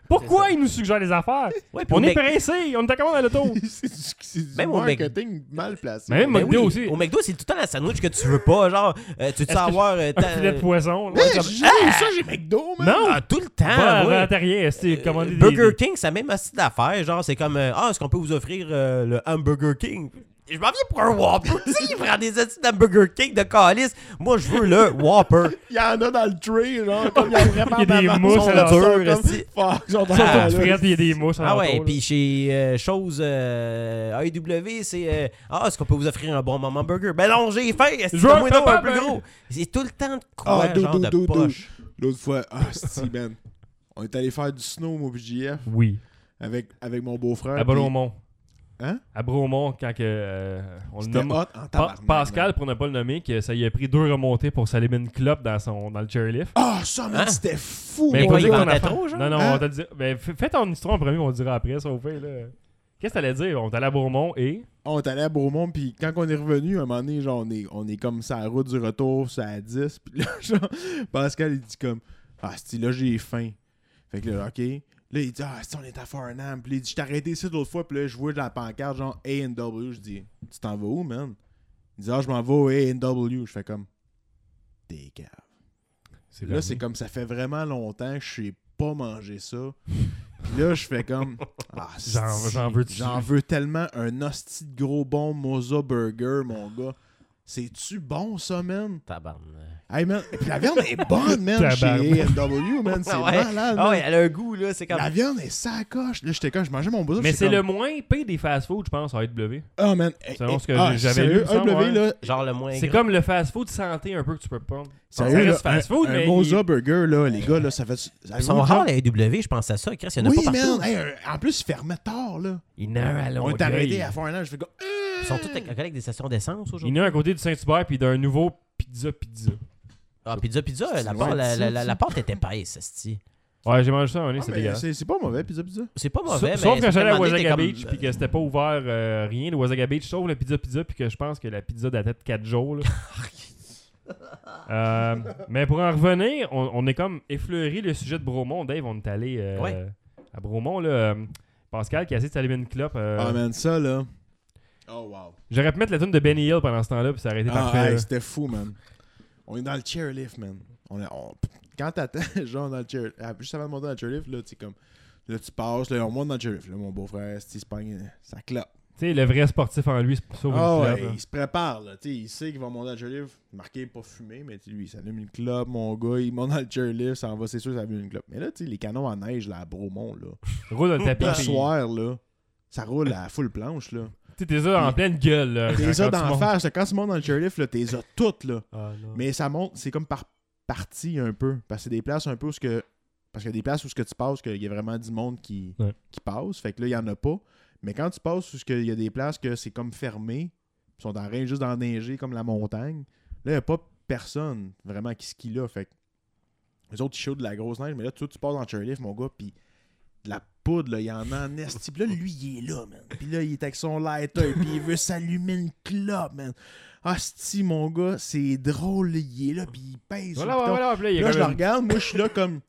Pourquoi
C'est
ils nous suggèrent des affaires?
Ouais, puis
On
au
est
Mc-
pressés, on est commande
[laughs]
à
[laughs]
l'auto.
c'est du, c'est du
Même au Mc-
marketing mal placé.
Mais même
Ben
McDo
oui,
aussi.
Au McDo, c'est tout le temps la sandwich que tu veux pas. Genre, euh, tu veux
que
savoir. euh,
Un
ta-
filet de poisson.
Hey,
Ouais, comme-
j'ai ça j'ai McDo, man.
Non!
Ah, tout le temps.
Va
ouais.
à Valtérier, c'est commander
Euh,
des-
Burger
des-
King, ça même assez d'affaires. Genre, c'est comme euh, Ah, est-ce qu'on peut vous offrir euh, le hamburger King Je m'en viens pour un Whopper. [laughs] tu sais, il prend des études d'hamburger King de calice. Moi, je
[laughs]
veux le Whopper.
Il y en a dans le tray, genre, comme il y en a vraiment
Il y a des
d'avant.
mousses
Ils sont
à la
comme,
dure,
comme,
esti.
[laughs] Fuck, ils sont dans
Ah,
la-
tu frettes, il y a des mouches.
Ah
en
ouais,
entour,
puis chez euh, Chose euh, AEW, c'est euh, Ah, est-ce qu'on peut vous offrir un bon moment burger Ben non, j'ai faim. Est-ce
Je veux un
que un
Pepper
plus
Burger.
gros C'est tout le temps de quoi,
Ah, do,
genre
do,
de
do, do.
poche
L'autre fois, ah, si, man. On est allé faire du snow, au BGF,
là. Oui.
avec, avec mon beau-frère.
À Bromont.
Hein?
À Bromont, quand que, euh, on
puis
le
C'était
nomme.
hot en
Pa-
tabarnak.
Pascal,
man.
pour ne pas le nommer, que ça y a pris deux remontées pour s'allumer une clope dans, son, dans le chairlift.
Ah, ça, man, c'était fou.
Hein? Mais
mon
pas
ouais,
dire
gars.
il
qu'on
vendait
a fait-
trop, genre?
Non, non,
Hein?
on t'a dit. Mais f- fais ton histoire en premier, on le dira après, ça, au fait, là. Qu'est-ce que t'allais dire? On est allé à Bromont et.
On est allé à Beaumont, puis quand on est revenu, à un moment donné, genre, on est, on est comme sur la route du retour, ça à 10, puis là, [laughs] genre, Pascal, il dit comme, ah, si là, j'ai faim. Fait que là, OK. Là, il dit, ah, si on est à Farnham, puis là, il dit, je t'ai arrêté ici l'autre fois, puis là, je vois de la pancarte, genre, A&W, je dis, tu t'en vas où, man? Il dit, ah, je m'en vais au A&W. Je fais comme, t'es cave. Là, c'est comme, ça fait vraiment longtemps que je sais pas manger ça. Puis là, je fais
[laughs]
comme, ah,
J'en-
si,
j'en veux-tu?
J'en veux tellement un hostie de gros bon Moza Burger, mon gars. C'est-tu bon, ça, man?
Tabarnak.
Hey, man. Et puis la viande est bonne, man, chez
[laughs] Tabarnak.
A&W, man. C'est
[laughs] Ah ouais.
malade,
Ah
man.
ouais, elle a un goût, là. C'est comme.
La viande est sacoche. Là, j'étais quand je mangeais mon bozo.
Mais
j'étais
c'est le
comme,
moins pire des fast-food, je pense, à AEW.
Ah, man. eh, eh,
Selon ce que
ah,
j'avais
sérieux,
lu, ça,
A&W,
ouais.
là,
Genre le moins.
C'est
gras.
comme le fast-food santé un peu que tu peux pas.
sérieux,
reste
là,
fast-food,
un,
mais
un
il-
Moza Burger, là, les gars, là, ça fait...
Ils sont rares, les AEW, je pense à ça. Chris, il y en a
Oui,
pas partout.
man. Hey, un- en plus, ils fermaient tard, là.
Il y en a un à
On est
Longueuil.
arrêté à faire un an. Je fais comme...
Ils sont tous collègues des stations d'essence
Il
aujourd'hui.
y en a un à côté du Saint-Hubert puis d'un nouveau pizza pizza.
Ah, pizza, pizza,
C'est
la,
loin
porte- la,
d'ici,
la, la,
ça.
la porte est épaisse, esti.
Ouais, j'ai mangé ça un moment
Ah,
donné, c'était
mais
dégueulasse.
C'est c'est pas mauvais, pizza, pizza.
C'est pas
Sauf-
mauvais, mais.
Sauf quand
c'est
j'allais à
tellement donné, t'es
Wasaga
comme-
Beach puis que c'était pas ouvert euh, rien de Wasaga Beach, sauf la pizza pizza puis que je pense que la pizza datait de 4
[laughs]
jours. là. Euh, mais pour en revenir, on, on est comme effleuré le sujet de Bromont. Dave, on est allé euh,
Ouais.
à Bromont. Là, euh, Pascal qui a essayé de s'allumer une clope. euh,
Ah, man, ça, là. Oh, wow.
J'aurais pu mettre la tune de Benny Hill pendant ce temps-là puis ça aurait été
Ah,
parfait.
hey,
là.
c'était fou, man. On est dans le chairlift, man. On est, on- quand t'attends, [laughs] genre, dans le chairlift, juste avant de monter dans le chairlift, là, tu sais, comme, là, tu passes, là, on monte dans le chairlift. Là, mon beau-frère, c'est Espagne, ça clap.
Tu sais, le vrai sportif en lui, c'est sauve
Ah,
une
ouais,
clope.
il se prépare, là, tu sais, il sait qu'il va monter dans le chairlift. Marqué pas fumer, mais tu sais, lui, il s'allume une clope, mon gars, il monte dans le chairlift, ça en va, c'est sûr, ça allume une clope. Mais là, tu sais, les canons à neige, là, à Bromont, là,
hein. Roule dans le tapis.
le
puis-
soir, là, ça roule à full planche, là.
Tu sais, t'es là en
Puis-
pleine gueule. là, Euh, quand-
T'es ça
quand tu
d'en
montes.
face, là, quand tu montes dans le chairlift, là, t'es ça toutes, là.
Ah, non.
Mais ça monte, c'est comme par partie un peu. Parce que c'est des places un peu où ce que. Parce qu'il y a des places où ce que tu passes, qu'il y a vraiment du monde qui,
Ouais.
qui passe. Fait que là, il n'y en a pas. Mais quand tu passes où ce que il y a des places que c'est comme fermé, ils sont en train juste d'enneiger comme la montagne, là, il n'y a pas personne vraiment qui skie là. Fait que les autres, ils chauffent de la grosse neige, mais là, tu, tu passes dans le chairlift, mon gars, puis de la poudre, là, il y en a en esti. Puis là, lui, il est là, man. Puis là, il est avec son lighter, puis il veut s'allumer une clope, man. Asti, mon gars, c'est drôle, il est là, puis il pèse. sur le
Voilà,
piton.
voilà, voilà. puis là, il y a
Puis là,
comme
je le
une-
regarde, moi, je suis là comme...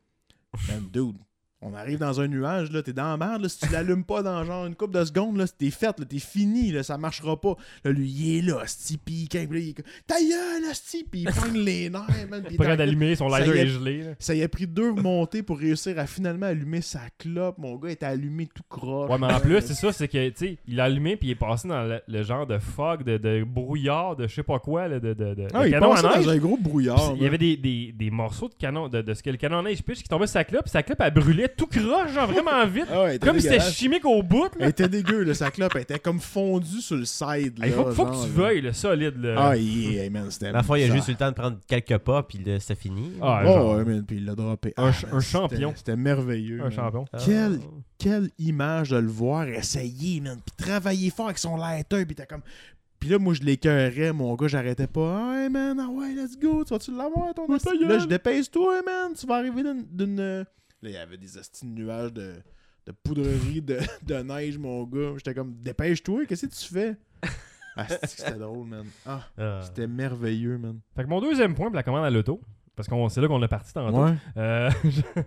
Man, dude, on arrive dans un nuage, là, t'es dans la merde, là, si tu l'allumes pas dans genre une couple de secondes, là, t'es fait, là, t'es fini, là, ça marchera pas. Là, lui, il est là, asti, puis il came, puis là, il est comme... Ta gueule, asti, puis il pogne les nerfs, man. puis il est
Prêt
en-
d'allumer, son
Ça
laser
y est.
est gelé. là.
ça y a pris deux remontées pour réussir à finalement allumer sa clope. Mon gars était allumé tout croche.
Ouais, mais en plus, c'est ça, c'est que, tu sais, il a allumé puis il est passé dans le, le genre de fog, de, de brouillard, de je sais pas quoi, là, de, de, de,
Ah,
de
il
canon à
passait
neige.
dans un gros
Puis
brouillard.
il y avait des, des, des morceaux de canon, de, de ce que le canon à neige pitch qui tombait sur sa clope, puis sa clope, elle brûlait tout croche,
[laughs]
genre vraiment vite.
Ah ouais, elle était
comme si c'était
dégueulasse.
chimique au bout, là.
Elle était dégueu, là, sa clope. Elle était comme fondue sur le side. Là,
Hey, faut, faut que
genre,
tu
là.
veuilles, euh, le solide, là.
Ah, il hey, man, c'était.
La fois, euh, il a
ça-
juste eu le temps de prendre quelques pas, puis là, c'était fini.
Ah, genre,
Oh, ouais, man, puis il l'a droppé.
Un ch-
man,
un
c'était-
champion.
C'était merveilleux.
un
man.
champion.
Ah.
Quel- Quelle image de le voir essayer, man. Puis travailler fort avec son lighter. Puis t'as comme. Puis là, moi, je l'écœurais, mon gars, j'arrêtais pas. Hey, man, ah ouais, let's go, tu vas-tu l'avoir, ton
Oui,
esti?
ta gueule.
Là, je dépêche-toi, man, tu vas arriver d'une- d'une. euh, Là, il y avait des astis de nuages de, de poudrerie, de, [laughs] de neige, mon gars. J'étais comme, dépêche-toi, qu'est-ce que tu fais? Ah, c'est- c'était drôle, man. Ah,
Euh.
Ah.
c'était merveilleux, man.
Fait que mon deuxième point pour la commande à l'auto, parce que c'est là qu'on est parti tantôt. Euh, [laughs] je-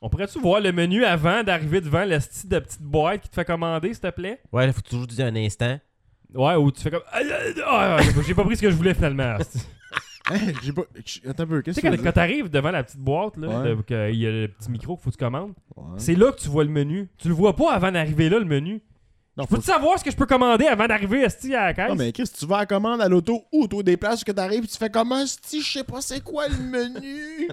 On pourrait-tu voir le menu avant d'arriver devant le style de petite boîte qui te fait commander, s'il te plaît?
Ouais, il faut toujours dire un instant.
Ouais, ou tu fais comme. Ah, ah, ah, J'ai pas pris ce que je
[laughs]
voulais finalement. Tu
Hein, j'ai pas. Ch- Attends un peu, qu'est-ce
sais,
que
quand,
tu veux
quand t'arrives devant la petite boîte, là,
Ouais.
de- que- il y a le petit micro qu'il faut que tu commandes,
dire? Ouais.
c'est là que tu vois le menu. Tu le vois pas avant d'arriver là, le menu.
Non,
Faut-tu
faut-
savoir ce que je peux commander avant d'arriver esti, à la caisse?
Non, mais Chris, tu vas à la commande à l'auto ou toi des places que t'arrives, tu fais comment si je sais pas c'est quoi le menu?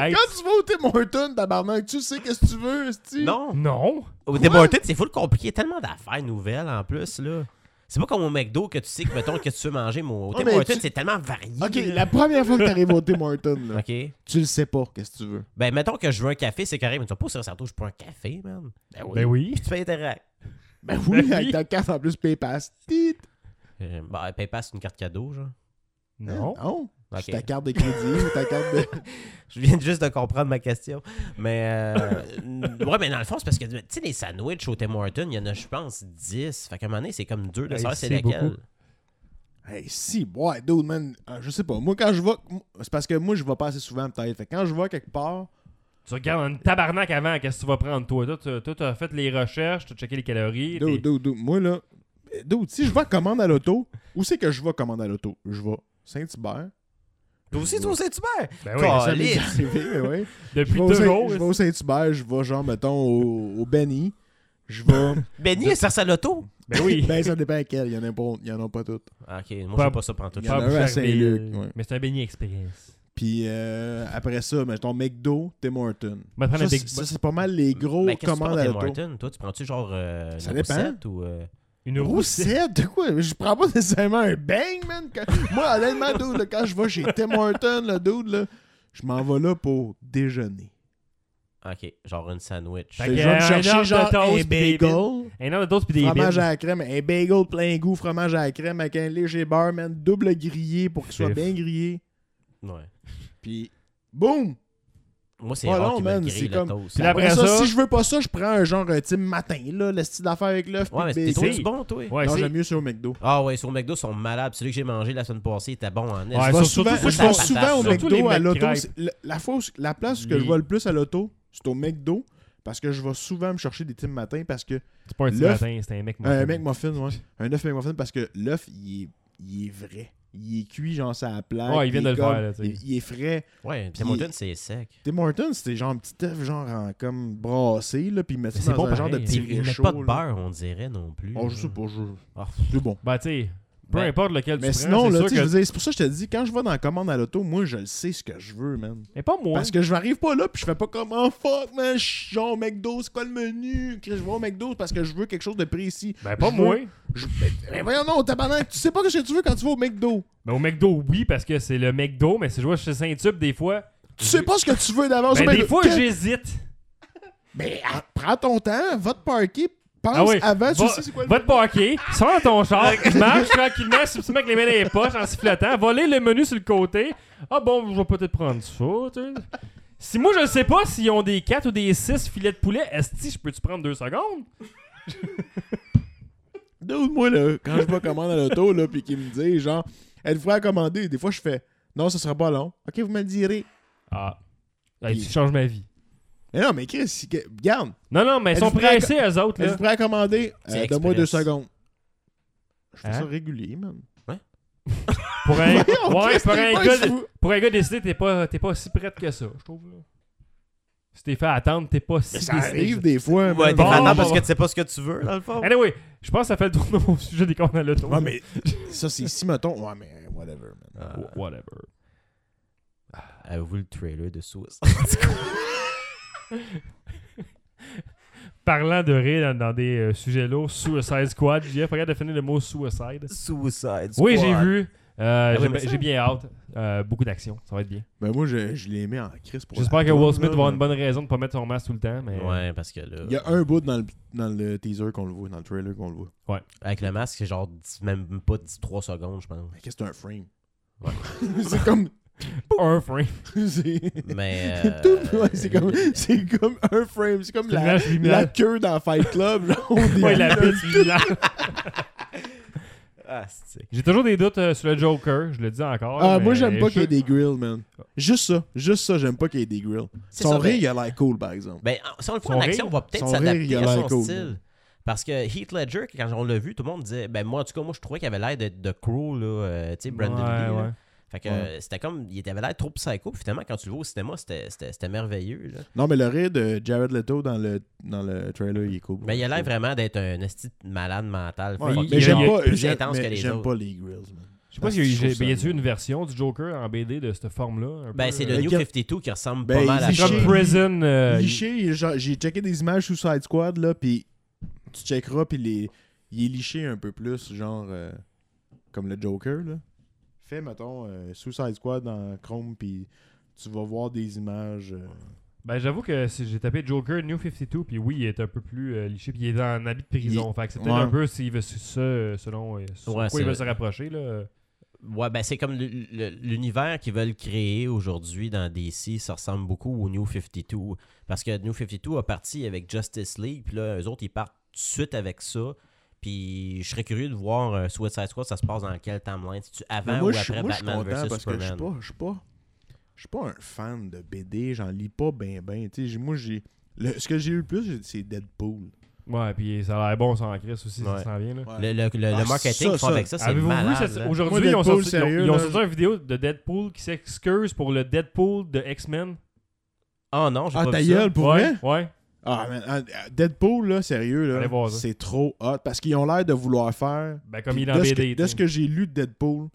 Hey,
Quand tu vas au Tim Hortons, tabarnak, tu sais qu'est-ce que tu veux, sti?
Non.
Non!
Au Tim Hortons, c'est full compliqué. Tellement d'affaires nouvelles en plus, là. C'est pas comme au McDo que tu sais que, mettons, que tu veux manger, mais au
Ah,
Tim
mais
Hortons,
tu-
c'est tellement varié.
Ok, la première fois que t'arrives au Tim Hortons, là,
OK.
tu le sais pas, qu'est-ce que tu veux.
Ben, mettons que je veux un café, c'est carré, mais tu vas pas sur Sarto, je prends un café, man.
Ah
Ben
Ben oui.
Puis tu fais Interact.
Ben
Ben
oui, [laughs]
oui.
avec ta carte en plus PayPal. Tit.
Euh, ben, PayPal, c'est une carte cadeau, genre. [laughs]
Non.
Hein? Non.
Ok.
C'est ta carte de crédit ou ta carte de.
Je viens juste de comprendre ma question. Mais, euh,
[laughs]
n- ouais, mais dans le fond, c'est parce que, tu sais, les sandwichs au Tim Hortons, il y en a, je pense, 10. Fait qu'à un moment donné, c'est comme deux de
Hey,
savoir c'est
c'est
laquelle.
beaucoup.
Hey, si, boy, dude, man. euh, Je sais pas. Moi, quand je vais. C'est parce que moi, je vais pas assez souvent, peut-être. Fait que quand je vais quelque part.
Tu regardes un tabarnak avant, qu'est-ce que tu vas prendre, toi? Toi, tu- Toi, t'as fait les recherches, t'as checké les
Dude,
calories. t'es-
dude, dude, Moi, là. euh, Dude, si je vais à commande à l'auto, où c'est que je vais commande à l'auto Je vais Saint-Hubert.
Toi aussi, toi, Saint-Hubert.
Ben oui,
Car-
Ça m'est
Lise.
déjà arrivé,
[laughs]
mais ouais. Je
depuis
vais au
deux
Saint-
jours.
je vais
esti.
au Saint-Hubert, je vais genre, mettons, au, au Benny. Je vais.
Benny, est à l'auto.
[laughs]
Ah,
Ben oui.
ben, ça dépend à quel. Il y en a pas, il y en a pas toutes.
Ok, moi, je
Pas-
sais pas ça prendre tout
Il y
ça.
en a
Pas
un à
Bouchard, mais, euh,
Saint-Luc, ouais.
Mais c'est un beignet expérience.
Puis euh, après ça, mettons McDo, Tim Hortons.
On va prendre
Ça,
un Big
c'est- ça, c'est pas mal les gros
Mais Ben, qu'est-ce que tu prends
commandes
au
à
Tim
l'auto.
Hortons? Toi, tu prends-tu genre euh,
Ça
une
dépend.
roussette ou. euh,
Une roussette.
Roussette, de quoi? Je prends pas nécessairement un bang, man. Quand- Moi, honnêtement, dude, là, quand je vais chez Tim Hortons, le dude, là, je m'en vais là pour déjeuner.
Ok, genre une sandwich.
Fait
Je
que,
vais me
euh, un
chercher
ordre
genre
de toast
un
pis des
bagel,
Un an de dose puis des
fromage
bibes.
à la crème, un bagel plein goût, fromage à la crème avec un léger beurre, man, double grillé pour qu'il soit
Chef.
bien grillé.
Ouais.
Puis, boum!
Moi, c'est
Pas
rare
long,
qu'ils
man,
veulent griller
c'est
le
comme-
toast.
Puis la-
Après
après
ça,
ça-
si je veux pas ça, je prends un genre un team matin, là, le style d'affaires avec l'œuf.
Ouais, mais
puis
c'était
le
t'es-
bacon.
trop bon, toi.
Ouais,
non,
c'est-
j'aime mieux sur au McDo.
Ah ouais, sur McDo, ils sont malades. Celui que j'ai mangé la semaine passée était bon en est.
Ouais,
Je vais
surtout-
souvent,
surtout
je
sur la
vais
patate,
souvent au
surtout
les
McDo à l'auto.
McCripes.
c'est- La, la fois où- la place que
Les-
je vois le plus à l'auto, c'est au McDo. Parce que je vais souvent me chercher des Tim Matin parce que.
C'est pas un petit
L'œuf.
matin, c'est un mec.
Un McMuffin, ouais. Un œuf McMuffin parce que l'œuf, il est, il est vrai. Il est cuit, genre, ça à plaque.
Ouais, il vient de
est
le
comme-
faire, là, tu sais.
il, il est frais.
Ouais,
Puis-
Tim Hortons, c'est sec.
Tim Hortons, c'était genre un petit œuf, genre, en- comme brassé, là, puis ils mettent
Mais
ça
c'est
dans
bon
un genre de
pareil,
petit
hein.
Ils
riz
ils mettent
chaud,
pas de
là.
beurre, on dirait non plus.
Oh, je sais
là.
pas, je-
Ah,
c'est bon.
Bah, tu sais, peu
Ben-
importe lequel
Mais
tu
sinon,
prends,
là,
c'est
tu sais,
sûr
je
que...
veux dire, c'est pour ça que je te dis, quand je vais dans la commande à l'auto, moi, je le sais ce que je veux, man.
Mais pas moi.
Parce que je m'arrive pas là, puis je fais pas comme oh fuck, man, je suis genre au McDo, c'est quoi le menu? Chris, Je vais au McDo parce que je veux quelque chose de précis.
Ben, pas
Je
moi.
veux- Je- Mais, mais voyons, non, tabarnak, tu sais pas ce que tu veux quand tu vas au McDo.
Ben, au McDo, oui, parce que c'est le McDo, mais c'est joué chez Saint-Tube des fois.
Tu sais pas ce que tu veux d'avance. au
Ben, des
McDo.
fois,
Que-
j'hésite.
Mais ah, prends ton temps, va te parker, pense
Ah oui.
avant, tu
va,
sais c'est quoi le
va te parquer, sors dans ton
[laughs]
char, marche tranquillement, subtilement avec les mains dans les poches, en sifflotant, voler le menu sur le côté. Ah bon, je vais peut-être prendre ça, tu sais. Si moi, je sais pas s'ils ont des 4 ou des 6 filets de poulet, est-ce je peux-tu prendre deux secondes?
Dude, moi, là, quand je vais commander à l'auto, là, puis qu'il me dit, genre, êtes-vous à commander? Des fois, je fais, non, ce sera pas long. Ok, vous me le direz.
Ah. Hey,
Puis-
tu changes ma vie.
Mais non, mais Chris, si que- regarde,
Non, non, mais ils sont
Êtes-vous prêts à-
pressés, eux autres, là.
êtes-vous prêt à commander?
C'est
Euh, Donne-moi deux
express.
secondes. Je fais
Hein?
ça régulier, man.
Pour un, [laughs] ouais,
Chris,
pour,
t'es
un
pas
gars,
fou.
pour un gars décidé, t'es pas, t'es pas si prête que ça, je trouve. là. Si t'es fait attendre, t'es pas si
Ça
décidé que
arrive
ça.
des fois.
Ouais,
man.
t'es
Bon,
content
bon,
parce
bon.
que tu sais pas ce que tu veux, dans le fond.
Anyway, je pense que ça fait le tour de mon [laughs] sujet des comptes à l'auto.
Ouais, mais ça, c'est si, mettons. Ouais, mais whatever, man.
Ah,
Wh- Whatever.
Avez-vous Ah, le trailer de [laughs] Swiss?
Parlant de rire dans, dans des euh, sujets lourds, Suicide Squad, Jeff, regarde de finir le mot suicide.
Suicide
Oui, j'ai vu.
Ah
Euh,
oui,
j'ai-
mais ça-
j'ai bien hâte. Euh, beaucoup d'action, ça va être bien.
Ben, moi, je, je les mets en crise pour.
J'espère
la
que Will
toune,
Smith
là,
va avoir
mais-
une bonne raison de pas mettre son masque tout le temps. Mais...
Ouais, parce que là,
Il y a un bout dans le, dans le teaser qu'on le voit, dans le trailer qu'on le voit.
avec le masque, c'est genre 10 même pas 10, 3 secondes, je [laughs] pense.
Mais qu'est-ce que c'est un frame?
Ouais.
[laughs] c'est comme.
Un frame.
C'est.
Mais.
c'est [laughs] tout-
euh,
ouais, c'est comme, c'est comme un frame. C'est comme la,
L'image luminale.
[laughs] la queue dans Fight Club. Genre, au début.
Ouais, la piste luminale.
Ah, c'est.
J'ai toujours des doutes euh, sur le Joker, je le dis encore.
Ah,
mais
moi, j'aime pas
je-
qu'il y ait des grills, man. Juste ça. Juste ça, j'aime pas qu'il y ait des grills.
C'est
Son
ça,
rire,
ben-
il a l'air cool, par exemple.
Ben, en- si on le fait
Son
en action,
rire-
on va peut-être
son rire, il
s'adapter
a
à
l'air
son
cool.
style. Parce que Heath Ledger, quand on l'a vu, tout le monde disait. Ben, moi, en tout cas, moi, je trouvais qu'il avait l'air de, de Crow, là. euh, tu sais, Brandon
Ouais,
Lee. là.
ouais.
Fait que
Ouais.
euh, c'était comme. Il avait l'air trop psycho. Puis finalement, quand tu le vois au cinéma, c'était- c'était c'était merveilleux, là.
Non, mais le rire de Jared Leto dans le, dans le trailer, il est cool.
Mais Ben, il a l'air vraiment d'être un esti de malade mental.
Ouais,
fucké.
il-
mais j'aime
il-
pas,
plus
j'aime-
intense
mais
que les
j'aime
autres.
pas les grills, man.
Je sais pas
Ah,
s'il y a eu-
je trouve
j'ai- ben, y a-tu
ça-
une version du Joker en BD de cette forme-là un
Ben,
peu,
c'est
euh,
le New
Lequel-
52 qui ressemble
Ben,
pas mal à
il est
ça.
Comme
Liché.
Prison. euh,
Liché, il est genre- j'ai checké des images sous Side Squad, là, puis tu checkeras, puis les- il est liché un peu plus, genre, euh, comme le Joker, là. Fais, mettons, euh, Suicide Squad dans Chrome, puis tu vas voir des images... euh,
Ben, j'avoue que si j'ai tapé Joker New 52, puis oui, il est un peu plus euh, liché, puis il est en habit de prison. Fait que c'est peut-être
Ouais.
un peu s'il veut se- se- selon euh, sur
Ouais,
quoi il
c'est-
veut se rapprocher. Là.
Ouais, ben c'est comme le- le- l'univers qu'ils veulent créer aujourd'hui dans DC, ça ressemble beaucoup au New 52. Parce que New 52 a parti avec Justice League, puis là, eux autres, ils partent tout de suite avec ça. Puis je serais curieux de voir euh, Suicide Squad, ça se passe dans quel timeline Si tu
Mais
avant
Ben, moi,
ou
je suis-
après
moi, je suis
Batman
content parce
vs
que je suis
Superman
pas, je suis pas, je suis pas un fan de BD. J'en lis pas ben ben. Tu sais, j'ai- moi j'ai, le- ce que j'ai eu le plus, j'ai- c'est Deadpool.
Ouais, puis ça a l'air bon sans Chris aussi, ça
Ouais.
s'en vient. Là.
Le, le- le- le
Ah,
marketing
ça,
qu'ils font
ça.
avec ça, c'est
Avez-vous vu
malade.
ça-
là.
Moi,
Aujourd'hui, ils ont
Deadpool,
sorti, ils ont-
sérieux,
ils ont
là.
sorti une vidéo de Deadpool qui s'excuse pour le Deadpool de X-Men.
Ah non, j'ai
Ah
pas
ta
vu ça.
gueule pour
ouais,
vrai?
ouais.
Ah, man, ah, Deadpool là, sérieux
Allez
là,
voir ça.
c'est trop hot parce qu'ils ont l'air de vouloir faire.
Ben, comme
puis
il est en
de ce
BD.
que-
tu
de
sais.
ce que j'ai lu de Deadpool,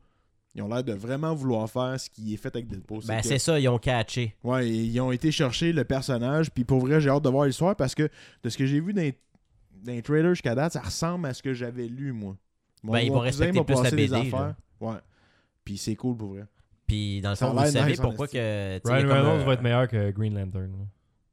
ils ont l'air de vraiment vouloir faire ce qui est fait avec Deadpool.
Ben
que-
c'est ça, ils ont catché.
Ouais, et ils ont été chercher le personnage. Puis pour vrai, j'ai hâte de voir l'histoire parce que de ce que j'ai vu dans les, dans les trailers jusqu'à date, ça ressemble à ce que j'avais lu, moi. Mon,
Ben, ils
mon
vont
cousin
respecter
m'a
plus la
passé des
BD, là.
affaires. Ouais. Puis c'est cool pour vrai.
Puis dans le
Ça a
fond, vous
l'air
savez
nice, hein, en
pourquoi
esti.
que... tu sais,
Ryan
il y a comme
Reynolds
un-
euh,
va être meilleur que Green Lantern.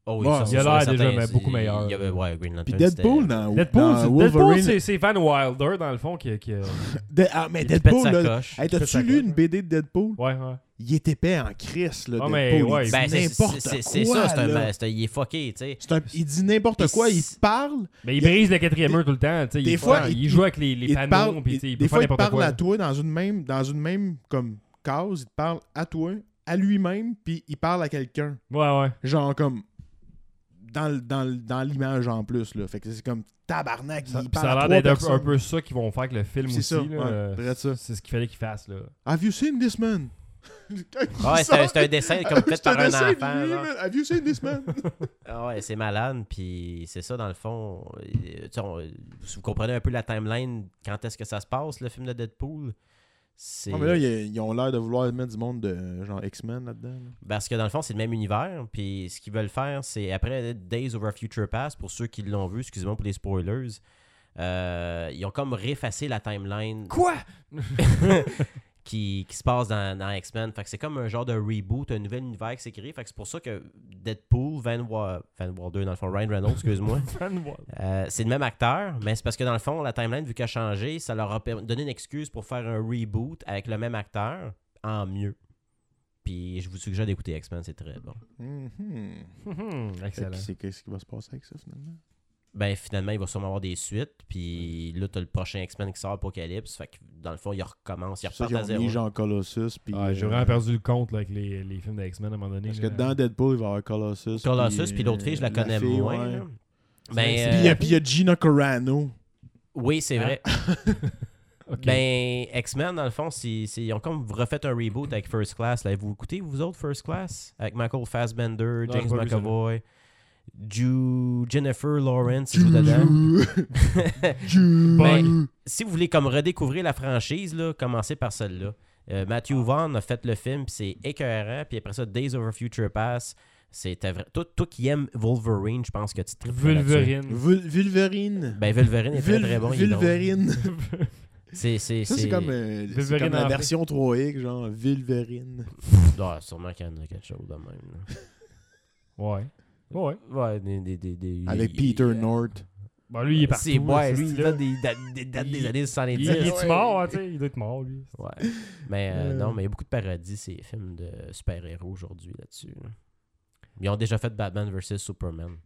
Oh,
Ouais,
ça,
il
c'est
a
sûr
l'air
et
déjà,
certain,
mais
c'est-
beaucoup meilleur.
il y avait- ouais, Green
Puis
Lantern,
Deadpool
c'était-
dans,
Deadpool,
dans
c'est- Deadpool,
Wolverine.
c'est- c'est Van Wilder, dans le fond, qui. qui euh,
De- ah, mais
Il pète sa
Deadpool, là.
coche.
Hey,
pète sa
T'as-tu
coche,
lu une
là.
BD de Deadpool
ouais, ouais.
Il est épais en crise, là.
Ah,
Deadpool.
mais ouais,
il dit
Ben, c'est-
n'importe
c'est- c'est- C'est
quoi,
ça, c'est un,
là.
ma- c'est un- il est fucké, tu sais.
C'est un- Il dit n'importe
Puis
quoi. Il
c'est-
parle.
Mais il,
Il-
brise le quatrième
des-
mur tout le temps. tu sais,
des
il,
fois,
prend-
il-
il joue avec les, les
il te
panneaux.
parle-
Puis,
il-
tu sais, il peut
des
faire
fois, il te
n'importe
parle
quoi.
à toi dans une même, dans une même comme case, il te parle à toi, à lui-même, puis il parle à quelqu'un.
Ouais, ouais.
Genre comme dans, le- dans, le- dans l'image en plus. Là. Fait que c'est comme tabarnak.
Ça,
il
puis
parle à
ça a l'air
trois
d'être un peu- un,
personnes.
peu ça qu'ils vont faire avec le film
C'est
aussi.
ça,
là,
ouais,
euh,
vrai ça.
c'est ce qu'il fallait qu'ils fassent. Là.
Have you seen this man? Quand
[laughs]
Ouais,
il
c'est un-
sort-
c'est un dessin
[laughs]
comme fait
C'est
par un
dessin de
enfant.
lui,
genre.
man. Have you seen this
[laughs]
man?
Ah ouais, c'est malade, puis c'est ça dans le fond. Euh, tu sais, on- si vous comprenez un peu la timeline, quand est-ce que ça se passe, le film de Deadpool c'est
non, Ah, mais là, ils, ils ont l'air de vouloir mettre du monde de genre X-Men là-dedans. là.
Parce que dans le fond, c'est le même univers. Puis ce qu'ils veulent faire, c'est après Days Over Future Past, pour ceux qui l'ont vu, excusez-moi pour les spoilers, euh, ils ont comme réfacé
[laughs]
la timeline
Quoi
qui, qui se passe dans, dans X-Men. Fait que c'est comme un genre de reboot, un nouvel univers qui s'est créé. Fait que c'est pour ça que Deadpool, Van, Wa Van Wilder, dans le fond, Ryan
[laughs]
Reynolds, excuse-moi,
Van Wilder.
euh, c'est le même acteur, mais c'est parce que dans le fond, la timeline, vu qu'elle a changé, ça leur a per- donné une excuse pour faire un reboot avec le même acteur en mieux. Puis je vous suggère d'écouter X-Men, c'est très bon.
Mhm.
Hum, hum,
Fait que
Excellent.
C'est qu'est-ce qui va se passer avec ça finalement?
Ben finalement, il va sûrement avoir des suites, puis là, t'as le prochain X-Men qui sort, Apocalypse. Fait que dans le fond, il recommence,
C'est
il
pour ça
repart
qu'ils
à
ont
zéro.
mis genre Colossus. Puis,
Ah, J'ai
euh,
vraiment perdu le compte là, avec les, les films de X-Men à un moment donné.
Parce que
là.
dans Deadpool, il va y avoir Colossus.
Colossus, puis
euh,
l'autre fille, je la connais
fille,
moins.
ouais.
là.
C'est-
Ben,
c'est-
Puis il y a-
euh,
puis il y a Gina Carano.
oui, c'est
Hein?
vrai.
Ok.
Ben, X-Men, dans le fond, c'est- c'est- ils ont comme refait un reboot avec First Class. Là. Vous écoutez, vous autres, First Class? Avec Michael Fassbender,
Non, j'ai pas
James
vu ça,
McAvoy, Ju- Jennifer Lawrence, elle joue dedans.
Ju-
[laughs] Ben,
Ju-
si vous voulez comme redécouvrir la franchise, là, commencez par celle-là. Euh, Matthew Vaughn a fait le film, puis c'est écœurant. Puis après ça, Days Over Future Past, c'était vrai. Toi, toi qui aimes Wolverine, je pense que tu triperais là-dessus.
Wolverine.
Vul- Vulverine.
Ben, Wolverine est très,
Vul-
très bon. il est drôle.
Vulverine.
C'est, c'est,
Ça, c'est comme, euh, c'est
Vulverine
comme la
en
version 3X, genre Vulverine.
Ah, sûrement qu'il y en a quelque chose de même. là.
[laughs] Ouais. Ouais.
Ouais, des, des, des, des-
Avec
il-
Peter
il-
North.
Ben, lui, il est partout.
C'est,
là,
ouais,
ce
lui, il
style-là.
date des, dates- des dates des
Il-
années 70.
Il il est-tu mort, hein, tu sais? Il doit être mort, lui.
Ouais. Mais euh,
Euh.
non, mais il y a beaucoup de paradis, ces films de super-héros aujourd'hui là-dessus. là. Ils ont déjà fait Batman vs Superman.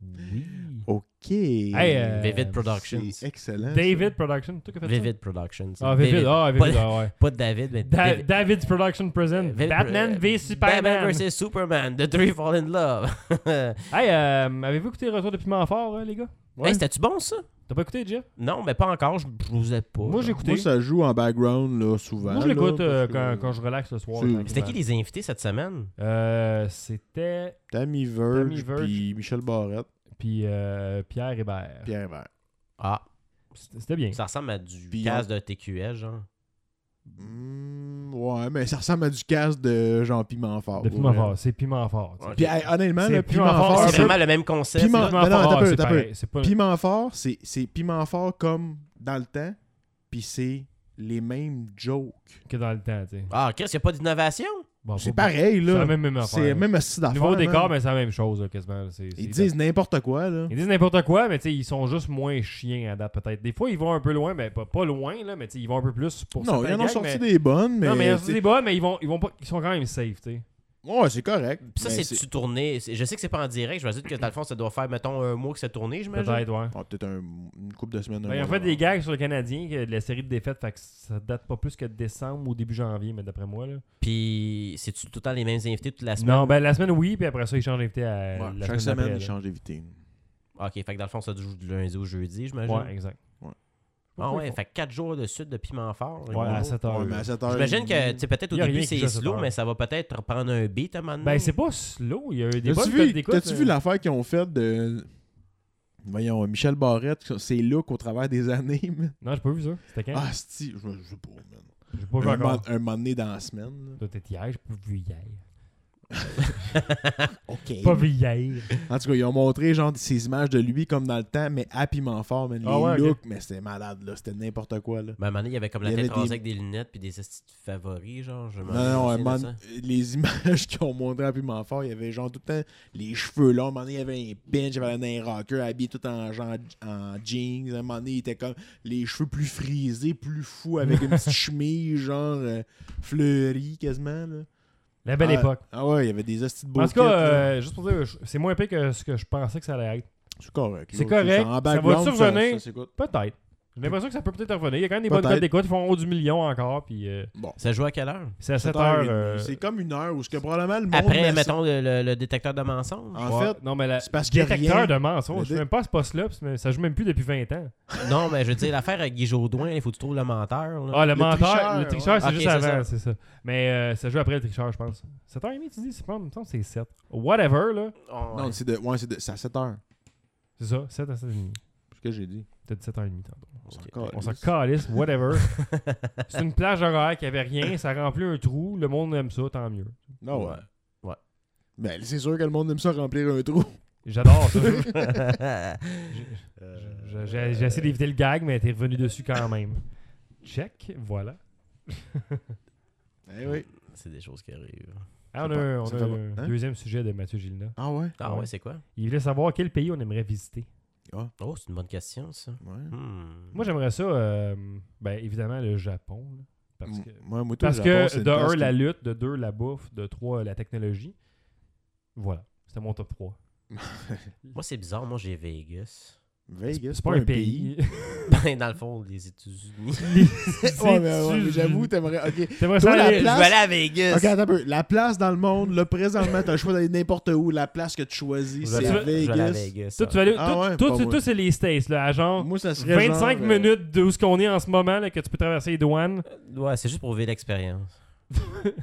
Oui.
OK.
Hey, euh,
Vivid Productions.
Ah, C'est excellent. ça.
David Production, tout qui a fait ça?
Vivid Productions.
Ah, Vivid, ah, Vivid,
Pas,
ah, ouais.
pas de David, mais
Da-
Vivid.
David's Production Present.
Vivid-
Batman
euh,
v Superman.
Batman vs Superman, The Three Fall in Love. [laughs]
Hey, euh, avez-vous écouté Retour de Piment Fort, hein, les gars?
Ouais.
Hey, c'était-tu bon ça?
T'as pas écouté, Jeff?
Non, mais pas encore, je je vous ai pas.
Moi,
là.
j'ai écouté.
Moi, ça joue en background là, souvent.
Moi, je l'écoute
là,
euh,
parce que-
quand, quand je relaxe le soir.
C'est-
tranquillement.
C'était qui les invités cette semaine?
Euh, C'était
Tammy Verge,
Tammy Verge.
puis Michel Barrette,
puis euh, Pierre Hébert.
Pierre Hébert.
Ah,
C'était c'était bien.
ça ressemble à du
Puis
casse de TQS, genre.
Hmm, ouais, mais ça ressemble à du casque de Jean Pimentfort.
De
pour
Piment
vrai.
Fort, c'est Piment Fort. tu sais.
Ouais.
Puis hey, honnêtement,
C'est
le
Piment Fort,
Pimentfort,
C'est
c'est
vraiment le même concept.
Piment-
là.
Piment
mais non,
Fort,
attends un peu,
c'est
attends un peu.
pareil, c'est pas-
Pimentfort, c'est c'est Pimentfort comme dans le temps, puis c'est les mêmes jokes.
que dans le temps, tu sais.
Ah, Chris, il a pas d'innovation?
Ah, Bon,
C'est
pas-
pareil,
C'est
là.
la même, même affaire.
C'est même style d'affaire.
Niveau décor,
man.
mais c'est la même chose, là, quasiment. là. C'est- c'est-
Ils disent n'importe quoi, là.
ils disent n'importe quoi, mais tu sais, ils sont juste moins chiens à date, peut-être. Des fois, ils vont un peu loin, mais pas, pas loin, là, mais tu sais, ils vont un peu plus pour
Non, ils en
certains
ont
gags,
sorti
mais-
des bonnes, mais.
Non, mais ils en ont
c'est-
sorti des bonnes, mais ils, vont, ils, vont pas... ils sont quand même safe, tu sais.
Ouais, Ben, c'est correct.
Puis ça,
mais
c'est-tu tourné? C'est- Je sais que c'est pas en direct, je me dis que dans le fond, ça doit faire, mettons, un mois que c'est tourné, je me
Peut-être, ouais.
Ah, peut-être un- une couple de semaines. un
Ben, ils ont
mois,
fait des
genre.
gags sur le Canadien que de la série de défaites, fait que ça date pas plus que décembre ou début janvier, mais d'après moi. Là.
Puis, c'est-tu tout le temps les mêmes invités toute la semaine?
Non, ben la semaine oui, puis après ça, ils changent d'invité à
Ouais,
euh, la
Chaque
semaine,
semaine,
d'après,
ils
là.
changent d'éviter.
Ok, fait que dans le fond, ça joue du lundi au jeudi, j'imagine.
Ouais, exact.
Ouais.
Ah
Pourquoi
ouais,
ils font-
fait que 4 jours de suite de piment fort.
Ouais, à
Wow.
7 heures.
Ouais, mais à 7 heures,
J'imagine
ils-
que, tu sais, peut-être au
Y a
début
rien qui
c'est
joue à cette
slow,
heure.
mais ça va peut-être reprendre un beat à un moment donné.
Ben c'est pas slow, il y a eu des
T'as-tu
bonnes
vu,
codes d'écoute.
t'as-tu vu
euh,
l'affaire qu'ils ont faite de. Voyons, Michel Barrette, ses looks au travers des années, man.
euh, Non, j'ai pas vu ça. C'était quand
Ah, si, je je sais pas, man.
J'ai Hein? pas vu
Un, moment-
encore.
un moment donné dans la semaine. là.
Toi, t'es hier, j'ai pas vu hier.
OK.
Pas vu hier.
En tout cas, ils ont montré genre ces images de lui comme dans le temps, mais à Pimentfort, man. Les
Ah ouais, ok.
looks, mais c'était malade, là. C'était n'importe quoi, là.
Ben, à un moment donné, il y avait comme la
Il y
tête
avait des-
rasée avec des lunettes puis des estis de favoris, genre. Je m'en
Non, non,
souviens
un
de
moment-
ça.
les images [laughs] qu'ils ont montré à Pimentfort, il y avait genre tout le temps les cheveux longs. À un moment donné, il y avait un pinch, il y avait un rocker habillé tout en, genre, en jeans. À un moment donné, il était comme les cheveux plus frisés, plus fous, avec une
[laughs]
petite chemise, genre euh, fleurie quasiment. Là.
La belle
Ah,
époque.
Ah ouais, il y avait des hosties de beaux
En tout cas,
kits, là.
euh, juste pour dire, je- c'est moins épais que ce que je pensais que ça allait être.
C'est correct.
c'est
là,
correct.
en
Ça va-tu
background,
revenir?
ça s'écoute.
Peut-être. J'ai l'impression que ça peut peut-être revenir. Il y a quand même des bonnes
Peut-être.
codes d'écoute. Ils font haut du million encore, puis euh,
Bon.
Ça joue à quelle heure
c'est à 7
7
heures.
heures et demie.
euh,
C'est comme une heure où ce que probablement le monde.
Après,
met
mettons le, le- le détecteur de mensonges.
ça- En
ouais.
fait,
non, mais la,
c'est parce qu'il y a
détecteur
rien.
de mensonges.
Le
Je sais
dé-
même pas à ce poste-là, parce que ça joue même plus depuis 20 ans.
Ah.
Non, mais je veux dire, l'affaire avec Guy Jodoin, il faut que tu trouves le menteur. là.
Ah, le,
Le
menteur,
tricheur,
le tricheur,
ouais.
c'est
Ok,
juste
c'est
avant,
ça.
c'est ça. Mais euh, ça joue après le tricheur, je pense. 7h30, tu dis C'est pas, il me semble que c'est 7. Whatever, là.
Oh, ouais. [laughs]
Non, c'est de. Ouais, c'est de. C'est à 7 heures.
C'est ça, 7 à 7h30.
C'est ce que j'ai dit.
T'as dit 7h30 tantôt.
On s'en calisse.
Ok.
On s'en calisse,
[laughs]
whatever. c'est une plage horaire qui avait rien, ça remplit un trou, le monde aime ça, tant mieux.
Non, Ah ouais.
Ouais.
Ben, c'est sûr que le monde aime ça remplir un trou.
J'adore ça.
Euh,
J'ai- J'ai j'ai essayé d'éviter le gag, mais t'es revenu dessus quand même. Check, voilà.
Eh oui.
c'est des choses qui arrivent.
Ah, on
Ça
a,
fait-
on
ça
a
fait
un
pas- hein?
deuxième sujet de Mathieu Gilna.
Ah ouais?
Ah ouais,
Ouais.
c'est quoi
Il voulait savoir quel pays on aimerait visiter.
Oh, c'est une bonne question, ça.
Ouais.
Hmm.
Moi, j'aimerais ça, euh, ben, évidemment, le Japon. là, parce
M-
que,
Moi, moi, tout
parce
le
que
Japon, c'est une
de
place
un,
qui-
la lutte, de deux, la bouffe, de trois, la technologie. Voilà, c'était mon top 3.
Moi, c'est bizarre. Moi, j'ai Vegas.
Vegas,
C'est pas un pays.
[laughs] Ben, dans le fond, les [laughs] États-Unis.
[laughs] ouais, mais, ouais, mais j'avoue, t'aimerais. Ok.
[laughs] T'aimerais
Toi,
ça
la
aller-
Je vais
place-
aller à Vegas.
Ok, attends un peu. La place dans le monde, là, présentement, t'as le choix d'aller n'importe où. La place que tu choisis,
Je vais
c'est
aller-
Je vais aller
Vegas.
à Vegas.
Toi, tu vas aller-
Ah
tout-
ouais,
tout-
pas
tout-
moi.
tout, c'est les States, là, à genre
Moi, ça serait.
25
genre, euh,
minutes de où ce qu'on est en ce moment, là, que tu peux traverser les douanes.
Ouais, c'est juste pour vivre l'expérience.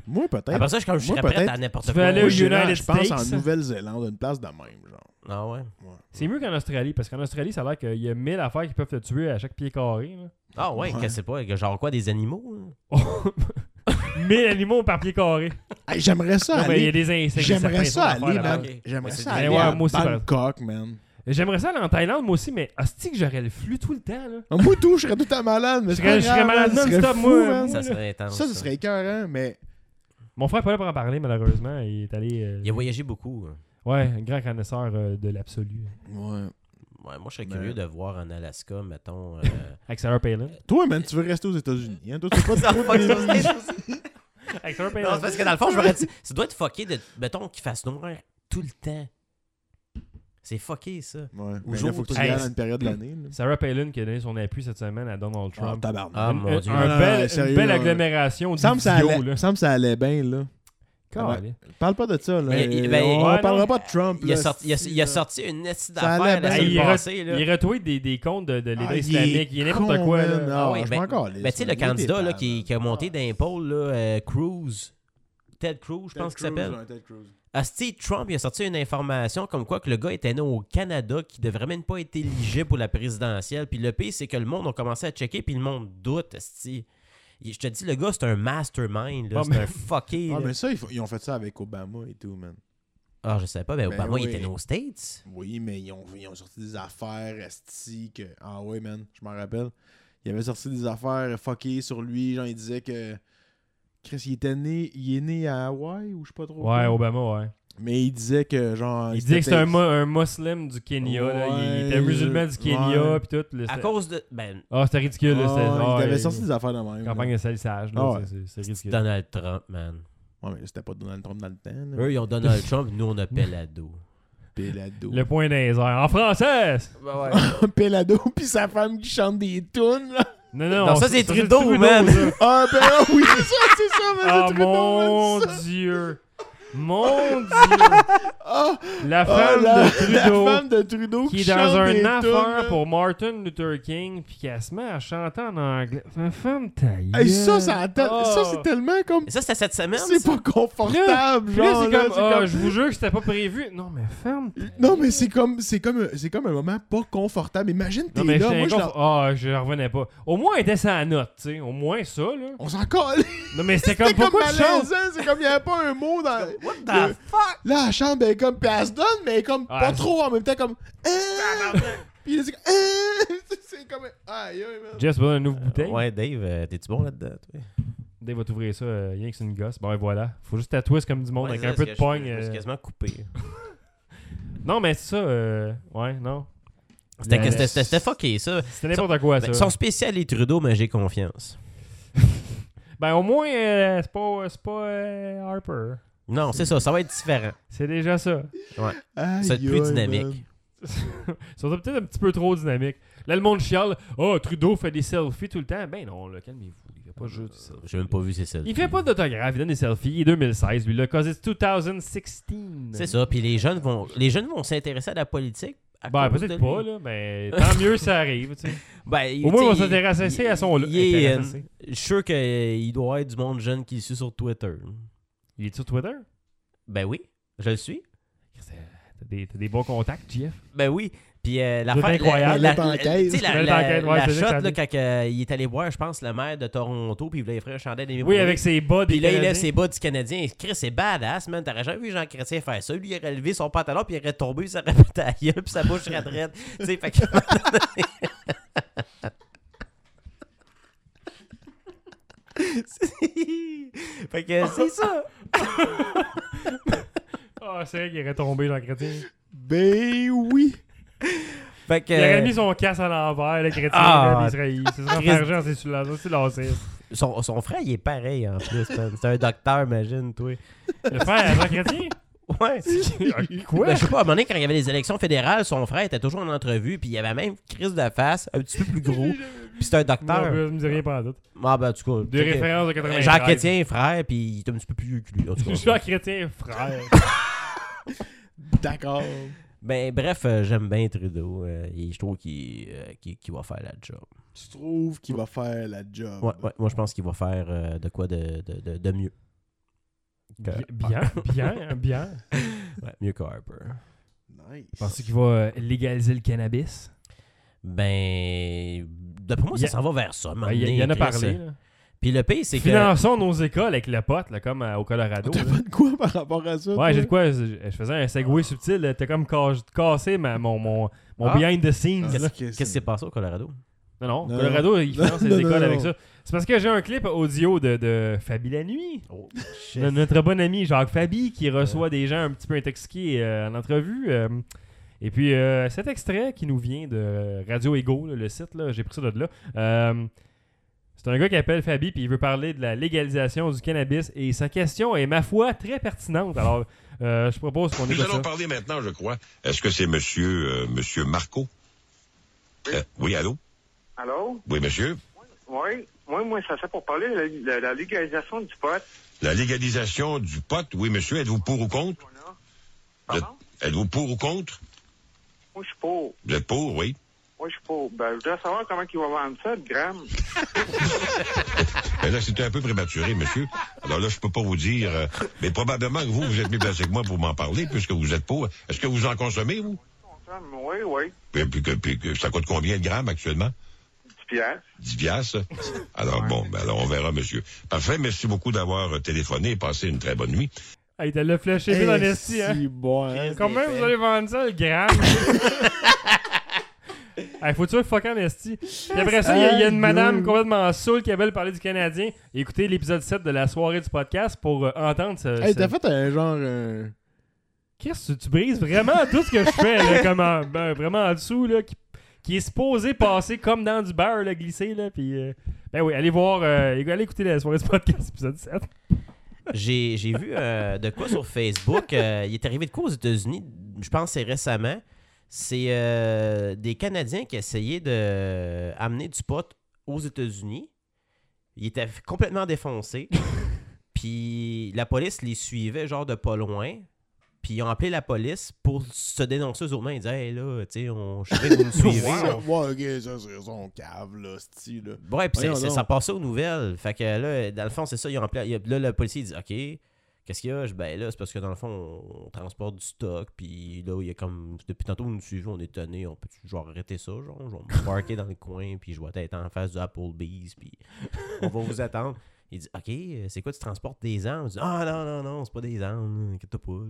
Moi, peut-être.
Après ça, je, comme, je
Moi,
serais prête
peut-être.
à n'importe
Tu
quoi.
veux aller au
Moi, j'irais,
United
je pense
States. hein.
en Nouvelle-Zélande, une place de même, genre.
Ah ouais?
Ouais.
C'est mieux qu'en Australie, parce qu'en Australie, ça a l'air qu'il y a 1000 affaires qui peuvent te tuer à chaque pied carré. là. [laughs]
Ah ouais,
Ouais.
que c'est pas. que Genre quoi, des animaux? hein?
Oh, 1000 animaux par pied carré.
Hey, J'aimerais ça
Non, mais il y a
aller.
des insectes.
J'aimerais
des serpents,
ça
des affaires
aller,
là-bas.
man.
Ok.
J'aimerais
Ouais, c'est
ça
bien.
aller
Ouais,
à
moi aussi, par
Bangkok, man.
J'aimerais ça aller en Thaïlande, moi aussi, mais hostie que j'aurais le flux tout le temps, là.
Ah, Moi, tout, je serais tout à malade. Mais
Je
c'est
serais-
pas
je serais
grave,
malade
man, ce serait
non-stop,
fou,
moi.
man.
Ça serait intense.
Ça, ce serait écœurant, mais
Mon frère n'est pas là pour en parler, malheureusement. Il est allé. euh,
Il a voyagé beaucoup. hein.
Ouais, un grand connaisseur euh, de l'absolu.
Ouais.
Ouais, moi, je serais
Mais-
curieux de voir en Alaska,
[laughs]
mettons. euh, [laughs]
Avec Sarah Palin.
Toi, man, tu veux rester aux États-Unis. Hein? Toi, c'est pas
Non,
trop de-
Avec Sarah
Non,
Palin.
c'est parce que dans le fond, je me dis, ça doit être fucké de, mettons, qu'il fasse noir tout le temps. C'est fucké, ça.
Ouais. Ben
Ou
là,
jour
faut que tu
hey,
regardes à une période de l'année. là.
Sarah Palin qui a donné son appui cette semaine à Donald
Ah,
Trump.
tabarnak.
Ah,
Une- euh,
mon
un-
Dieu.
un
Non, non,
bel-
non, sérieux,
une belle
là.
agglomération
Il semble que ça
d'idiot,
allait-
là.
il semble que ça allait bien, là.
Calais.
Parle pas de ça, là.
Mais il- ben,
on
ouais,
parlera
non.
pas de Trump.
Il a
là,
sorti, il a,
si,
il a
là.
sorti une nette
Ça allait
d'affaires la
bien.
semaine
Il re-
passée. là.
Il retweet des, des comptes de, de l'État
Ah, il est
islamique. Il est n'importe
con,
quoi.
man.
Là.
Ah,
oui,
je
ben-
m'en calisse,
Ben, tu sais, le
man. Il est
candidat là,
étable,
qui, qui a
man.
monté d'un pôle, là, euh, Cruz, Ted Cruz, je pense qu'il s'appelle. Ah, Steve Trump, il a sorti une information comme quoi que le gars était né au Canada, qui devrait même pas être éligible pour la présidentielle. Puis le pire, c'est que le monde a commencé à checker, puis le monde doute, asti. Il- Je te dis, le gars, c'est un mastermind, là.
Ah,
c'est
mais-
un fucké.
Ah,
là.
mais ça, ils, font- ils ont fait ça avec Obama et tout, man.
Ah, je sais pas, ben,
Ben
Obama, il
oui.
était né aux States.
Oui, mais ils ont, ils ont sorti des affaires esti que... Ah ouais, man, je m'en rappelle. Il avait sorti des affaires fuckées sur lui. Genre, il disait que... Chris, il était né... Il est né à Hawaï ou je sais pas trop.
Ouais,
quoi.
Obama, ouais.
Mais il disait que, genre... Ah,
Il disait que c'était un,
mot
mo- un musulman du Kenya. là. Il- Il était
Ouais,
musulman du
je-
Kenya.
ouais.
Puis tout. là,
À
c'était-
cause de. Ben,
Ah, c'était ridicule. là, c'était- ah,
il avait
il-
sorti des affaires de même. là.
Campagne de salissage. là,
Ah ouais.
c'est- C'est c'est
c'est
ridicule.
Donald Trump, man.
Ouais, mais là, c'était pas Donald Trump dans le temps. Là.
Eux, ils ont Donald Trump, nous, on a Pelado.
Pelado.
Le point d'un airs. En français!
[laughs] Pelado, puis sa femme qui chante des tunes, là.
Non, non,
Non,
on-
ça, c'est Trudeau, man.
man.
[laughs] Ah, ben ah, oui, c'est ça, c'est
[laughs]
ça, mais
Ah,
c'est Trudeau,
mon
man, ça.
Dieu! Mon Dieu!
Ah,
La
ah,
femme
la, [laughs]
de Trudeau!
la femme de Trudeau
qui est
chante
dans
des
un
tunes,
affaire
là.
pour Martin Luther King, puis qu'elle se met à chanter en anglais. Ma femme ta
Hey,
gueule.
ça, ça, attend-
Ah.
ça c'est tellement comme...
Mais ça, c'était cette semaine.
C'est
ça?
pas confortable,
Puis là,
genre,
c'est
là,
comme,
c'est
ah,
comme-
je vous jure que c'était pas prévu. Non, mais ferme. ta
Non,
gueule.
mais c'est comme, c'est comme, c'est comme un moment pas confortable. Imagine, t'es
Non, mais
là,
j'étais
moi, je
inconf- Ah, je revenais pas. Au moins, elle était sa note, tu sais. Au moins, ça, là.
On s'en colle.
Non, mais
[laughs]
c'était comme
C'était comme
pourquoi tu chantes.
malaisant. C'est comme, il n'y avait pas un mot
[laughs]
dans...
What the fuck?
Là, elle chante, ben, comme, pis elle se donne, mais comme,
Ah,
pas
c'est-
trop, en même temps, comme, [laughs] euh, pis là, c'est comme, euh, c'est- c'est comme, [laughs] aïe, aïe, man.
Jess, besoin d'une nouvelle bouteille.
Ouais, Dave, euh, t'es-tu bon là-dedans, toi?
Dave va t'ouvrir ça, euh, rien que c'est une gosse. Bon, et voilà. Faut juste tatouer comme du monde
Ouais,
avec
c'est
un
ça,
peu
parce
de
que je-
pogne.
Je me suis
euh.
quasiment coupé.
Non, mais c'est ça. euh, Ouais, non.
C'était
La-
c'était- c'était fucké, ça.
C'était n'importe quoi,
Ben,
ça.
Ils sont spécial et Trudeau, mais j'ai confiance.
Ben, au moins, euh, c'est pas, c'est pas euh, Harper.
Non, c'est ça, ça va être différent.
C'est déjà ça.
Aïe,
Ça va être plus
aïe,
dynamique.
man.
Ils sont peut-être un petit peu trop dynamiques. Là, le monde chiale. Oh, Trudeau fait des selfies tout le temps. Ben non, là, calmez-vous. Il fait pas juste des selfies.
J'ai même pas vu ses selfies.
Il fait pas d'autographe, il donne des selfies. Il est 2016, lui, là. Cause it's 2016.
C'est ça, puis les jeunes vont les jeunes vont s'intéresser à la politique. à
Ben,
cause de
peut-être
lui.
pas, là, mais tant mieux ça arrive, tu sais.
Ben, [laughs] il-
Au moins,
tu
on
sais,
s'intéresse
il-
assez à son-
il est, euh,
intéressé.
Je suis sûr qu'il doit y avoir du monde jeune qui le suit sur Twitter.
Il est sur Twitter?
Ben oui, je le suis.
Chris, euh, T'as des, t'as des bons contacts, Jeff.
Ben oui. Puis euh, la
C'est
fa-
incroyable.
La,
Mettre en
la-
caisse.
tu sais, la,
Mettre en
la,
caisse, ouais,
la
c'est ça que
shot,
ça
là,
dit.
quand euh, il est allé voir, je pense, le maire de Toronto, puis il voulait frères chandelle des
Oui, avec ses bas des
Puis là, il
Canadiens.
lève ses bas du Canadien. Chris, c'est badass, man. T'aurais jamais vu Jean Chrétien faire ça. Lui, il aurait levé son pantalon, puis il aurait tombé, il s'aurait pété à gueule, puis sa bouche serait raide. [laughs] tu sais, fait que. fait que c'est ça.
Ah, c'est vrai qu'il aurait tombé dans Chrétien.
Ben
[laughs]
oui.
Fait que.
Il aurait mis son casse à l'envers, le Chrétien.
Ah,
là, puis il serait... Il
Chris.
serait argent, c'est sur la... C'est l'assiste.
son, son frère, il est pareil, en plus, man. C'est un docteur, imagine, toi.
Le frère à Jean Chrétien?
[laughs] Ouais.
Quoi?
Ben, je sais pas, à un moment donné, quand il y avait les élections fédérales, son frère était toujours en entrevue, puis il avait même crise de face, un petit peu
[laughs]
plus gros, puis c'était un
Non,
docteur.
je me dis rien pas en doute.
Ah, ben, en tout cas.
Des
check-
références de 93.
Jean Chrétien est frère, puis il est un petit peu plus vieux que lui.
[laughs]
en tout cas.
Jean Chrétien, frère.
D'accord.
Ben, bref, euh, j'aime bien Trudeau. euh, et je trouve qu'il euh, qu'il- qu'il va faire la job.
Tu trouves qu'il va faire la job.
Ouais, ouais, moi, je pense qu'il va faire euh, de quoi de, de, de- de mieux. Que-
Bi- Bien, bien, bien.
Ouais, mieux que Harper.
Nice.
Penses-tu qu'il va euh, légaliser le cannabis?
Ben, d'après moi, ça
Il y a-
s'en va vers ça. à un moment
Ben, Il
donné,
il y en a
Chris.
parlé. là.
Puis le pays, c'est que.
Finançons nos écoles avec le pote, là, comme euh, au
[laughs]
Colorado.
T'as
là.
pas de quoi par rapport à ça? toi?
Ouais, j'ai de quoi. Je je faisais un segway subtil. là, T'as comme ca- cassé ma- mon, mon, mon
Ah.
behind the scenes.
Qu'est-ce
là.
que
Qu'est-ce qui s'est passé au Colorado?
Non, non,
Non,
Colorado, ils
non.
financent
Non,
les
non,
écoles
non.
avec ça. C'est parce que j'ai un clip audio de, de Fabi la nuit.
Oh,
No- notre bon ami Jacques Fabi qui reçoit des gens un petit peu intoxiqués euh, en entrevue. euh, et puis euh, cet extrait qui nous vient de Radio Ego, là, le site, là, j'ai pris ça de là. euh, c'est C'est un gars qui appelle Fabi puis il veut parler de la légalisation du cannabis et sa question est, ma foi, très pertinente. Alors, euh, je propose qu'on
Nous
écoute
allons
ça.
parler maintenant, je crois. Est-ce que c'est monsieur, euh, monsieur Marco? Euh, oui, allô?
Allô?
Oui, monsieur.
Oui? Moi, moi, ça c'est pour parler de la, de la légalisation du pot.
La légalisation du pot, oui, monsieur. Êtes-vous pour ou contre? Vous êtes-
Pardon?
Êtes-vous pour ou contre?
Moi, je suis pour.
Vous êtes pour, oui.
Moi, je suis pour. Ben, je voudrais savoir comment ils vont vendre ça, le gramme.
Ben là, c'était un peu prématuré, monsieur. Alors là, je peux pas vous dire, euh, mais probablement que vous, vous êtes mieux placé que moi pour m'en parler, puisque vous êtes pour. Est-ce que vous en consommez, vous?
Oui, oui.
Puis, puis que- puis que- ça coûte combien de grammes actuellement?
10 piastres.
10 piastres. Alors bon, ben alors on verra, monsieur. Parfait, merci beaucoup d'avoir euh, téléphoné et passez une très bonne nuit.
Hey, t'as le flashé vite en esti, hein?
si bon, hein?
Chris
Comment
d'épais.
vous allez vendre ça,
[laughs]
le gramme? hey, faut-tu un fuck en esti? Puis après ça, il y a- il y, a une madame complètement saoule qui avait le parler du Canadien. Écoutez l'épisode 7 de la soirée du podcast pour euh, entendre ce...
Hey,
ce-
t'as fait un genre. euh,
Qu'est-ce que tu- tu brises vraiment tout ce que je fais, là, comme en- ben, vraiment en dessous, là, qui, qui est supposé passer comme dans du beurre, là, glissé, là, puis... euh, ben oui, allez voir, euh, allez écouter la soirée du podcast, épisode 7.
J'ai j'ai vu euh, de quoi sur Facebook. euh, il est arrivé de quoi aux États-Unis, je pense que c'est récemment. C'est euh, des Canadiens qui essayaient de euh, amener du pot aux États-Unis. Ils étaient complètement défoncés. Puis la police les suivait, genre de pas loin. Puis ils ont appelé la police pour se dénoncer aux autres. Ils disaient, hey là, tu sais, on, je sais que vous me suivez.
ça- Ouais, ok, ça, c'est son cave, là, style. là.
Ouais, puis c'est-
Voyons
c'est-
donc.
ça passait aux nouvelles. Fait que là, dans le fond, c'est ça, ils ont appelé- il- Là, le policier il dit OK, qu'est-ce qu'il y a Je dis, Ben là, c'est parce que dans le fond, on, on transporte du stock, puis là, il y a comme. Depuis tantôt, vous nous suivez, on est étonnés, on peut genre arrêter ça, genre, je vais me parker dans le coin, puis je vais être en face du Applebee's, puis [laughs] on va vous attendre. Il dit OK, euh, c'est quoi, tu transportes des armes Il dit, Ah non, non, non, c'est pas des armes, là, inquiète-toi
[laughs]
pas.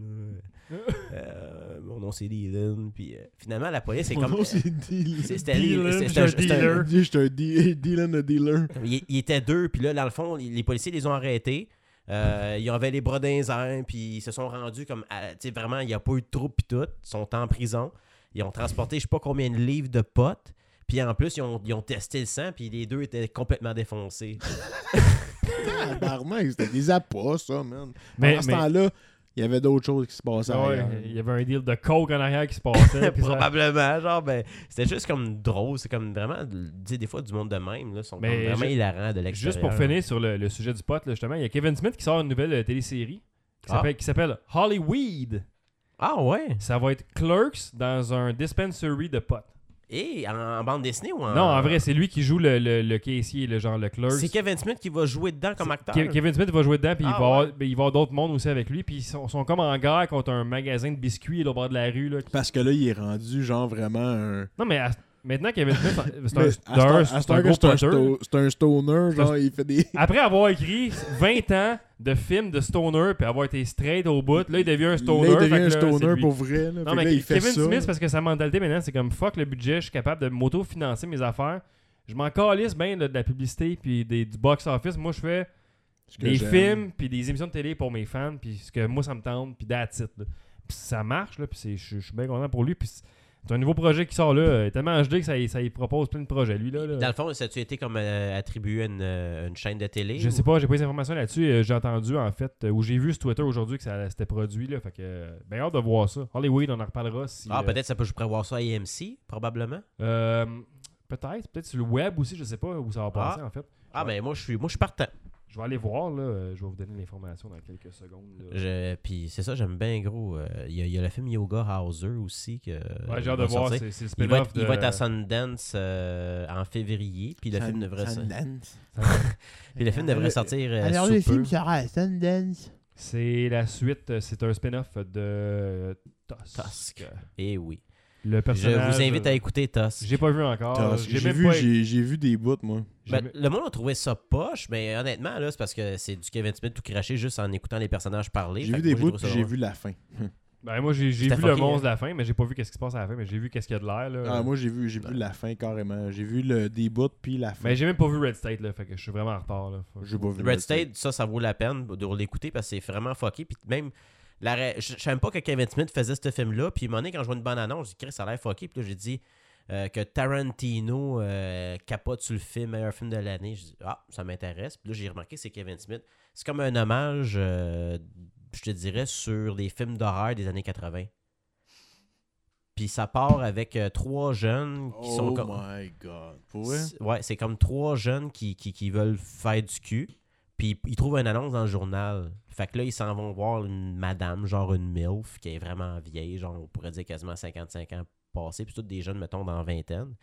là. Euh, mon nom, c'est Dylan, puis euh, finalement, la police, c'est
Mon
comme. euh,
nom,
euh,
c'est Dylan.
c'est- c'était-
Dylan,
c'est-
j'ai un
c'est- c'est
dealer.
un-
Je suis un D- Dylan, le dealer.
comme Il, il était deux, puis là, dans le fond, les, les policiers les ont arrêtés. Euh, ils avaient les bras dans les airs, puis ils se sont rendus comme. à- Tu sais, vraiment, il n'y a pas eu de troupe, puis tout. Ils sont en prison. Ils ont transporté, je sais pas combien de livres de potes. Puis en plus, ils ont, ils ont testé le sang, puis les deux étaient
[laughs]
complètement défoncés.
Tabarnak, c'était des appâts, ça, man.
Mais-
Mais, à ce
mais-
temps-là, il y avait d'autres choses qui se passaient.
Ouais,
ailleurs.
il y avait un deal de coke en arrière qui se passait. puis ça-
Probablement, genre, ben, c'était juste comme drôle. C'est comme vraiment, tu sais, des fois, du monde de même, là, sont comme
Mais
vraiment
ju-
hilarants de l'extérieur.
Juste pour finir sur le, le sujet du pot, là, justement, il y a Kevin Smith qui sort une nouvelle euh, télésérie qui
Ah.
s'appelle- qui s'appelle Hollyweed.
Ah ouais?
Ça va être Clerks dans un dispensary de pot.
Et en, en bande dessinée ou en.
Non, en vrai, c'est lui qui joue le, le, le caissier, le genre le Clerks.
C'est Kevin Smith qui va jouer dedans comme acteur.
Ke- Kevin Smith va jouer dedans, puis
Ah,
il va avoir-
ouais.
ben, il va avoir d'autres mondes aussi avec lui, puis ils sont, sont comme en guerre contre un magasin de biscuits là, au bord de la rue. Là, qui-
Parce que là, il est rendu, genre, vraiment un.
Non, mais à- maintenant, Kevin Smith, c'est
Mais à
un,
ce
c'est
temps-
un,
à ce
c'est
temps
un
que
gros
c'est un
poteur.
sto- C'est un stoner,
C'est un-
genre, il fait des.
Après avoir écrit 20 ans de films de stoner puis avoir été straight au bout, là, il devient un stoner.
Là, il devient
fait que
un
là, c'est
stoner
lui.
pour vrai. Là.
Non,
Fait que
mais
là, il fait
Kevin
ça.
Smith, parce que sa mentalité maintenant, c'est comme fuck le budget, je suis capable de m'auto-financer mes affaires. Je m'en calisse bien là, de la publicité puis des- du box-office. Moi, je fais
Ce que
des
j'aime.
films puis des émissions de télé pour mes fans puis ce que moi, ça me tente puis that's it. là. Puis ça marche, là, puis c'est- je je suis bien content pour lui. Puis c'est c'est un nouveau projet qui sort là, euh, tellement HD que ça, y- ça y propose plein de projets, lui. Là, là.
Dans le fond, ça tu été comme euh, attribué à une, euh, une chaîne de télé?
Je
ou-
sais pas, j'ai pas les informations là-dessus. Euh, j'ai entendu, en fait, euh, ou j'ai vu sur Twitter aujourd'hui que ça c'était produit. Là, fait que, euh, ben, hâte de voir ça. Hollywood, on en reparlera si.
Ah,
euh,
peut-être ça peut, je pourrais voir ça à AMC, probablement.
euh, peut-être, peut-être sur le web aussi, je sais pas où ça va passer, en fait.
Ah,
Ouais.
ben moi, je suis moi je suis partant.
Je vais aller voir, là. euh, je vais vous donner l'information dans quelques secondes. là.
Je- Puis c'est ça, j'aime bien gros. euh, Il y, a- il y a le film Yoga Hauser aussi. Que, euh,
Ouais, j'ai hâte
va
de voir.
sortir.
C'est, c'est le
Il va,
spin-off
être, il
de-
va être à Sundance euh, en février, puis le film devrait, sortir-
Sundance.
puis le film devrait sortir euh,
Alors,
sous
le
peu.
film sera à Sundance.
C'est la suite, euh, c'est un spin-off de Tusk.
Tusk. Eh oui.
Le
Je
personnage. euh,
vous invite à écouter Tusk.
J'ai pas vu encore.
T'as-
euh, j'ai,
Ah, J'ai
même
vu,
pas-
j'ai j'ai vu des bouts, moi.
j'ai
Ben,
même-
le monde a trouvé ça poche, mais honnêtement, là, c'est parce que c'est du Kevin Smith tout craché juste en écoutant les personnages parler.
J'ai
Fait
vu
que
des
moi,
bouts,
trouvé ça
puis j'ai
drôle.
vu la fin.
ben, moi, j'ai, j'ai
C'était
vu le
fucké,
monstre de la fin, mais j'ai pas vu qu'est-ce qui se passe à la fin, mais j'ai vu qu'est-ce qu'il y a de l'air. Là.
Ah, moi, j'ai vu, j'ai vu la fin carrément. J'ai vu le des bouts, puis la fin.
Mais Ben, j'ai même pas vu Red State, là, fait que je suis vraiment en retard. Là. Faut-
J'ai pas vu.
Red State, ça, ça vaut la peine de l'écouter parce que c'est vraiment fucké. Puis même, la ra- je je savais pas que Kevin Smith faisait ce film-là. Puis à un moment donné, quand je vois une bande annonce, j'ai dit, Chris, ça a l'air fucké. Puis là, j'ai dit, euh, que Tarantino euh, capote sur le film, meilleur film de l'année. Je dis, ah, ça m'intéresse. Puis là, j'ai remarqué que c'est Kevin Smith. C'est comme un hommage, euh, je te dirais, sur des films d'horreur des années 80. Puis ça part avec euh, trois jeunes qui sont
oh
comme.
my God. Pour vrai?
C'est- Ouais, c'est comme trois jeunes qui, qui, qui veulent faire du cul. Puis ils trouvent une annonce dans le journal. Fait que là, ils s'en vont voir une madame, genre une MILF, qui est vraiment vieille, genre on pourrait dire quasiment 55 ans passés. Puis toutes des jeunes, mettons, dans la vingtaine.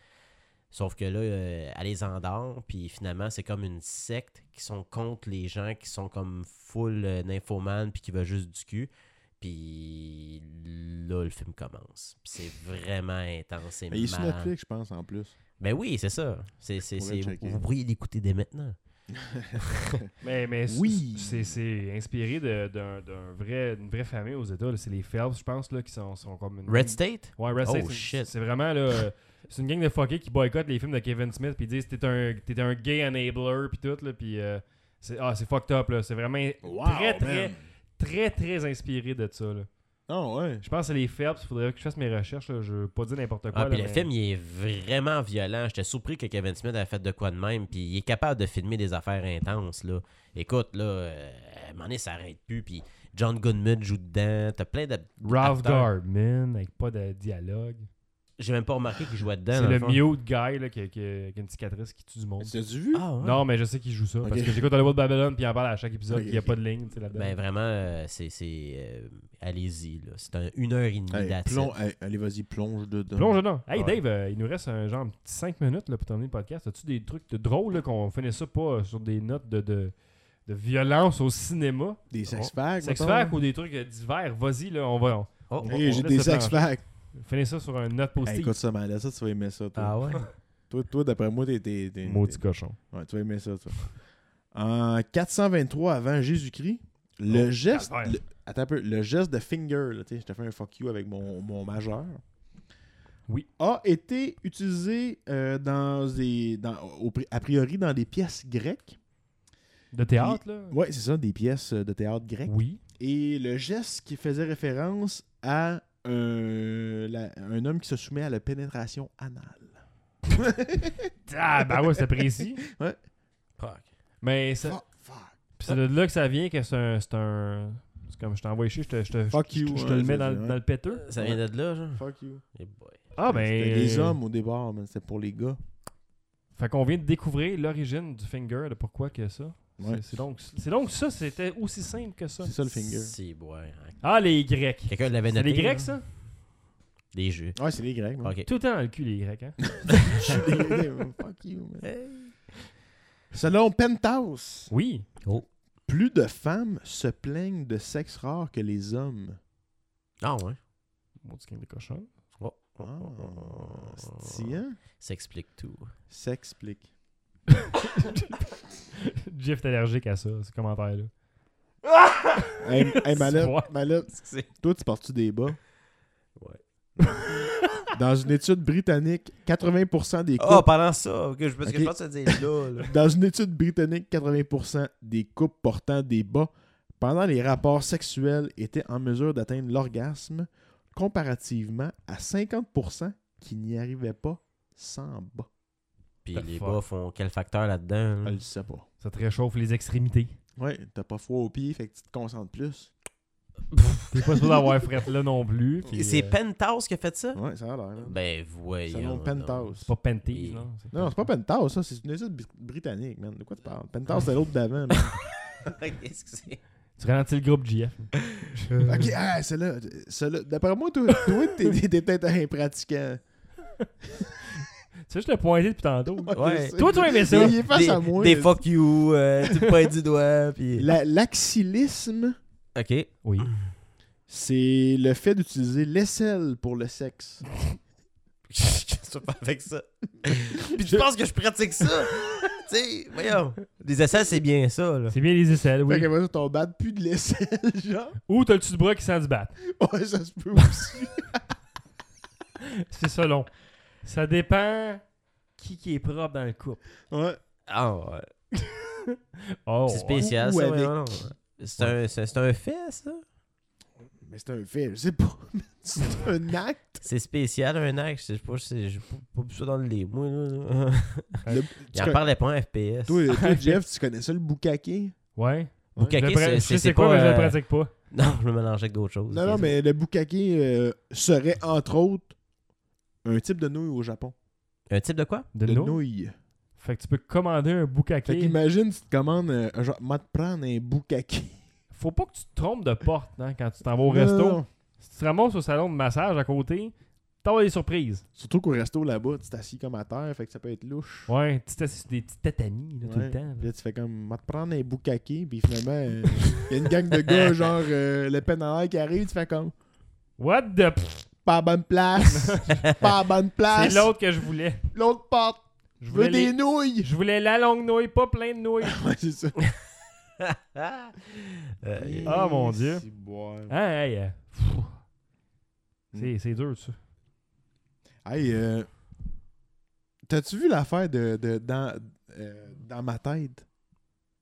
Sauf que là, euh, elle les endort. Puis finalement, c'est comme une secte qui sont contre les gens qui sont comme full euh, nymphomanes puis qui veulent juste du cul. Puis là, le film commence. Puis c'est vraiment intense. C'est
Mais Ben, il est sur
malade.
Netflix, je pense, en plus.
Ben oui, c'est ça. C'est, c'est,
Faudrait
c'est-
checker.
Vous pourriez l'écouter dès maintenant.
Mais, mais c-
Oui.
c'est c'est inspiré de- d'un d'un vrai, d'une vraie famille aux États. là. C'est les Phelps, je pense, là, qui sont, sont comme
Mm.
une.
Red State?
Ouais, Red
Oh,
State, c'est-
shit.
C'est vraiment là. euh, C'est une gang de fuckés qui boycottent les films de Kevin Smith puis ils disent t'es un, t'es un gay enabler puis tout là puis euh, c'est ah c'est fucked up là c'est vraiment
Wow,
très très
man.
très très inspiré de ça là.
Ah ouais.
Je pense que c'est les Phelps faudrait que je fasse mes recherches là. je veux pas dire n'importe quoi.
Ah, puis
là,
le
mais-
film, il est vraiment violent. J'étais surpris que Kevin Smith a fait de quoi de même. Puis il est capable de filmer des affaires intenses, là. Écoute, là, euh, à un moment donné, ça arrête plus. Puis John Goodman joue dedans. T'as plein de...
Ralph
acteurs.
Garman avec pas de dialogue.
J'ai même pas remarqué qu'il jouait dedans.
C'est
dans
le
fond.
mute guy là, qui, a- qui a qui a une cicatrice qui tue du monde.
Ben, T'as-tu vu?
Ah, ouais.
Non, mais je sais qu'il joue ça.
Ok.
Parce que j'écoute Hollywood Babylon puis il en parle à chaque épisode.
Ok,
puis Il n'y a
ok.
pas de ligne tu sais, là-dedans.
Ben vraiment, euh, c'est... c'est euh, Allez-y, là. C'est un une heure et demie
Hey,
that's
plon-
it.
hey, allez, vas-y, plonge dedans.
Plonge dedans. Hey
Ouais.
Dave, euh, il nous reste un genre 5 minutes là, pour terminer le podcast. As-tu des trucs de drôles là, qu'on finisse ça pas euh, sur des notes de, de, de violence au cinéma
Des sex-facts.
sex
mettons.
ou des trucs euh, divers Vas-y, là, on va.
Oh,
on-
Hey,
on
j'ai
laisse
des
le temps.
sex-facts.
on- Finis ça sur une note
Hey,
positive.
Ben, écoute ça, man. là, Ça, tu vas aimer ça, toi.
Ah ouais?
Toi, toi, d'après moi, t'es. t'es- t'es-
Maudit cochon.
t'es- Ouais, tu vas aimer ça, toi. En 423 avant Jésus-Christ, le
Oh,
geste.
calvaire.
le- attends un peu. Le geste de finger, là, tu sais, je te fais un fuck you avec mon, mon majeur.
Oui.
A été utilisé euh, dans des. dans- au pri- a priori dans des pièces grecques.
De théâtre, là
Ouais, c'est ça, des pièces euh, de théâtre grec.
Oui.
Et le geste qui faisait référence à euh, la- un homme qui se soumet à la pénétration
[laughs]
anale.
Ah, ben ouais,
[laughs]
c'est précis.
Fuck.
Mais ça,
Fuck, fuck.
Puis c'est de là que ça vient que c'est un. C'est un... c'est comme je t'envoie chier, je te, je te,
Fuck
je,
you,
je te le
ouais,
mets
c'est
dans,
ça,
dans le péteux.
Ça vient de là, genre?
Fuck you.
Eh boy.
Ah, ben.
C'était les
euh,
hommes au départ, mais c'était pour les gars.
Fait qu'on vient de découvrir l'origine du finger, de pourquoi que ça. C'est-
Ouais.
C'est donc, c'est donc ça, c'était aussi simple que ça.
C'est ça le finger.
Si, ouais. hein.
Ah, les Grecs.
Quelqu'un l'avait
C'est
noté.
les Grecs,
là?
ça
Des jeux.
Ouais, c'est les Grecs. man.
Ok.
Tout le temps dans le cul, les
[laughs]
Grecs. Hein?
Fuck you, man. Selon Penthouse,
Oui.
plus de femmes se plaignent de sexe rare que les hommes.
Ah ouais.
Mon petit gang de cochon. [laughs]
Oh.
Ah,
Oh.
c'est-tu, hein?
Ça explique tout.
[laughs]
S'explique.
Jeff est allergique à ça, ce commentaire-là.
Hey, hey Malette,
Ouais.
Malette, toi, tu portes-tu des bas?
Ouais.
Dans une étude britannique, 80% des couples
Oh, parlant ça, ok, je, parce que
Ok.
je pense que ça disait là. là.
Dans une étude britannique, 80% des couples portant des bas pendant les rapports sexuels étaient en mesure d'atteindre l'orgasme, comparativement à 50% qui n'y arrivaient pas sans bas.
[laughs] Puis
The
les
fuck.
bas font quel facteur là-dedans? là?
Elle Ah, le sait pas.
Ça te réchauffe les extrémités.
Ouais, t'as pas froid aux pieds, fait que tu te concentres plus.
T'es pas sûr d'avoir frette là non plus. puis,
Et c'est
euh,
Penthouse qui a fait ça?
Ouais, ça a l'air. hein.
Ben voyons.
Selon
donc.
Penthouse.
[laughs]
C'est pas Panties,
Et-
non
Non, c'est pas Penthouse, ça, c'est une étude br- britannique, man. De quoi tu
Ah.
parles? Penthouse, c'est l'autre d'avant, man. [laughs]
Qu'est-ce que c'est?
Tu ralentis le groupe, JF.
ok, ah, celle-là. celle-là. D'après moi, toi, toi t'es, t'es- t'es peut-être un pratiquant.
Tu sais, je l'ai pointé depuis tantôt.
Ouais.
je sais.
Toi, tu as aimé ça.
Il est face
des,
à moi.
des
là.
fuck you, euh, tu me pointes du doigt, puis...
La- l'axillisme,
[laughs] Ok.
Oui.
c'est le fait d'utiliser l'aisselle pour le sexe.
Qu'est-ce que tu fais avec ça? puis tu penses que je pratique ça? [laughs] tu sais, voyons. Des essais, c'est bien ça, là.
C'est bien les aisselles, oui.
Fait qu'après ça, t'en bats plus de l'aisselle, [laughs] genre.
Ou t'as le dessus de bras qui sent du bat.
Ouais, ça se peut aussi.
C'est selon. Ça dépend qui qui est propre dans le couple.
ouais.
Ah ouais.
Oh,
C'est spécial,
Ou
ça,
avec-
voyons, non. C'est un, c'est- c'est un fait, ça?
Mais c'est un fait, je sais pas. [laughs] C'est un acte.
C'est spécial, un acte. Je sais pas, c'est- j'ai pas, pas vu ça dans le livre.
[laughs]
moi, là.
Le-
Il
tu
en
con-
parlait pas en FPS.
Toi, toi, Jeff, tu connais ça le boucaquet?
Ouais.
Bukake,
Je le pra-
c'est-
je
c'est
sais
c'est
quoi, mais je le
pas. euh,
pratique pas.
[laughs] Non, je me mélangeais avec d'autres choses.
Non, non, mais le boucaquet euh, serait entre autres un type de nouille au Japon.
Un type
[laughs]
de quoi
De
de
l'eau.
nouilles.
Fait que tu peux commander un bukake.
Fait qu'imagine, tu te commandes euh, un genre, moi, te prendre un boucaquet. [laughs]
Faut pas que tu te trompes de porte hein, quand tu t'en vas au
Non,
resto.
non, non.
Si tu te ramasses au salon de massage à côté, t'as des surprises.
Surtout qu'au resto là-bas, tu t'assis comme à terre, fait que ça peut être louche.
Ouais, tu t'assis sur des petits tatamis là, tout
Ouais.
le temps.
Puis
là.
Là, tu fais comme, moi, te prendre un boucaquet, puis finalement, euh, il y a une gang de
[laughs]
gars, genre, euh, le peine en l'air qui arrive, tu fais comme,
What the pff,
pas à bonne place,
[laughs]
pas à bonne
C'est
place,
l'autre que je voulais.
l'autre porte,
Je
je
voulais,
veux des
les-
nouilles. [laughs]
je voulais la longue nouille, pas plein de nouilles. [laughs]
Ouais, c'est ça.
Ah Euh,
Euh, Ah, mon Dieu.
C'est bon.
Hein, hey, euh, pff. C'est- C'est dur, ça.
Hey, euh, t'as-tu vu l'affaire de, de- dans, euh, dans ma tête?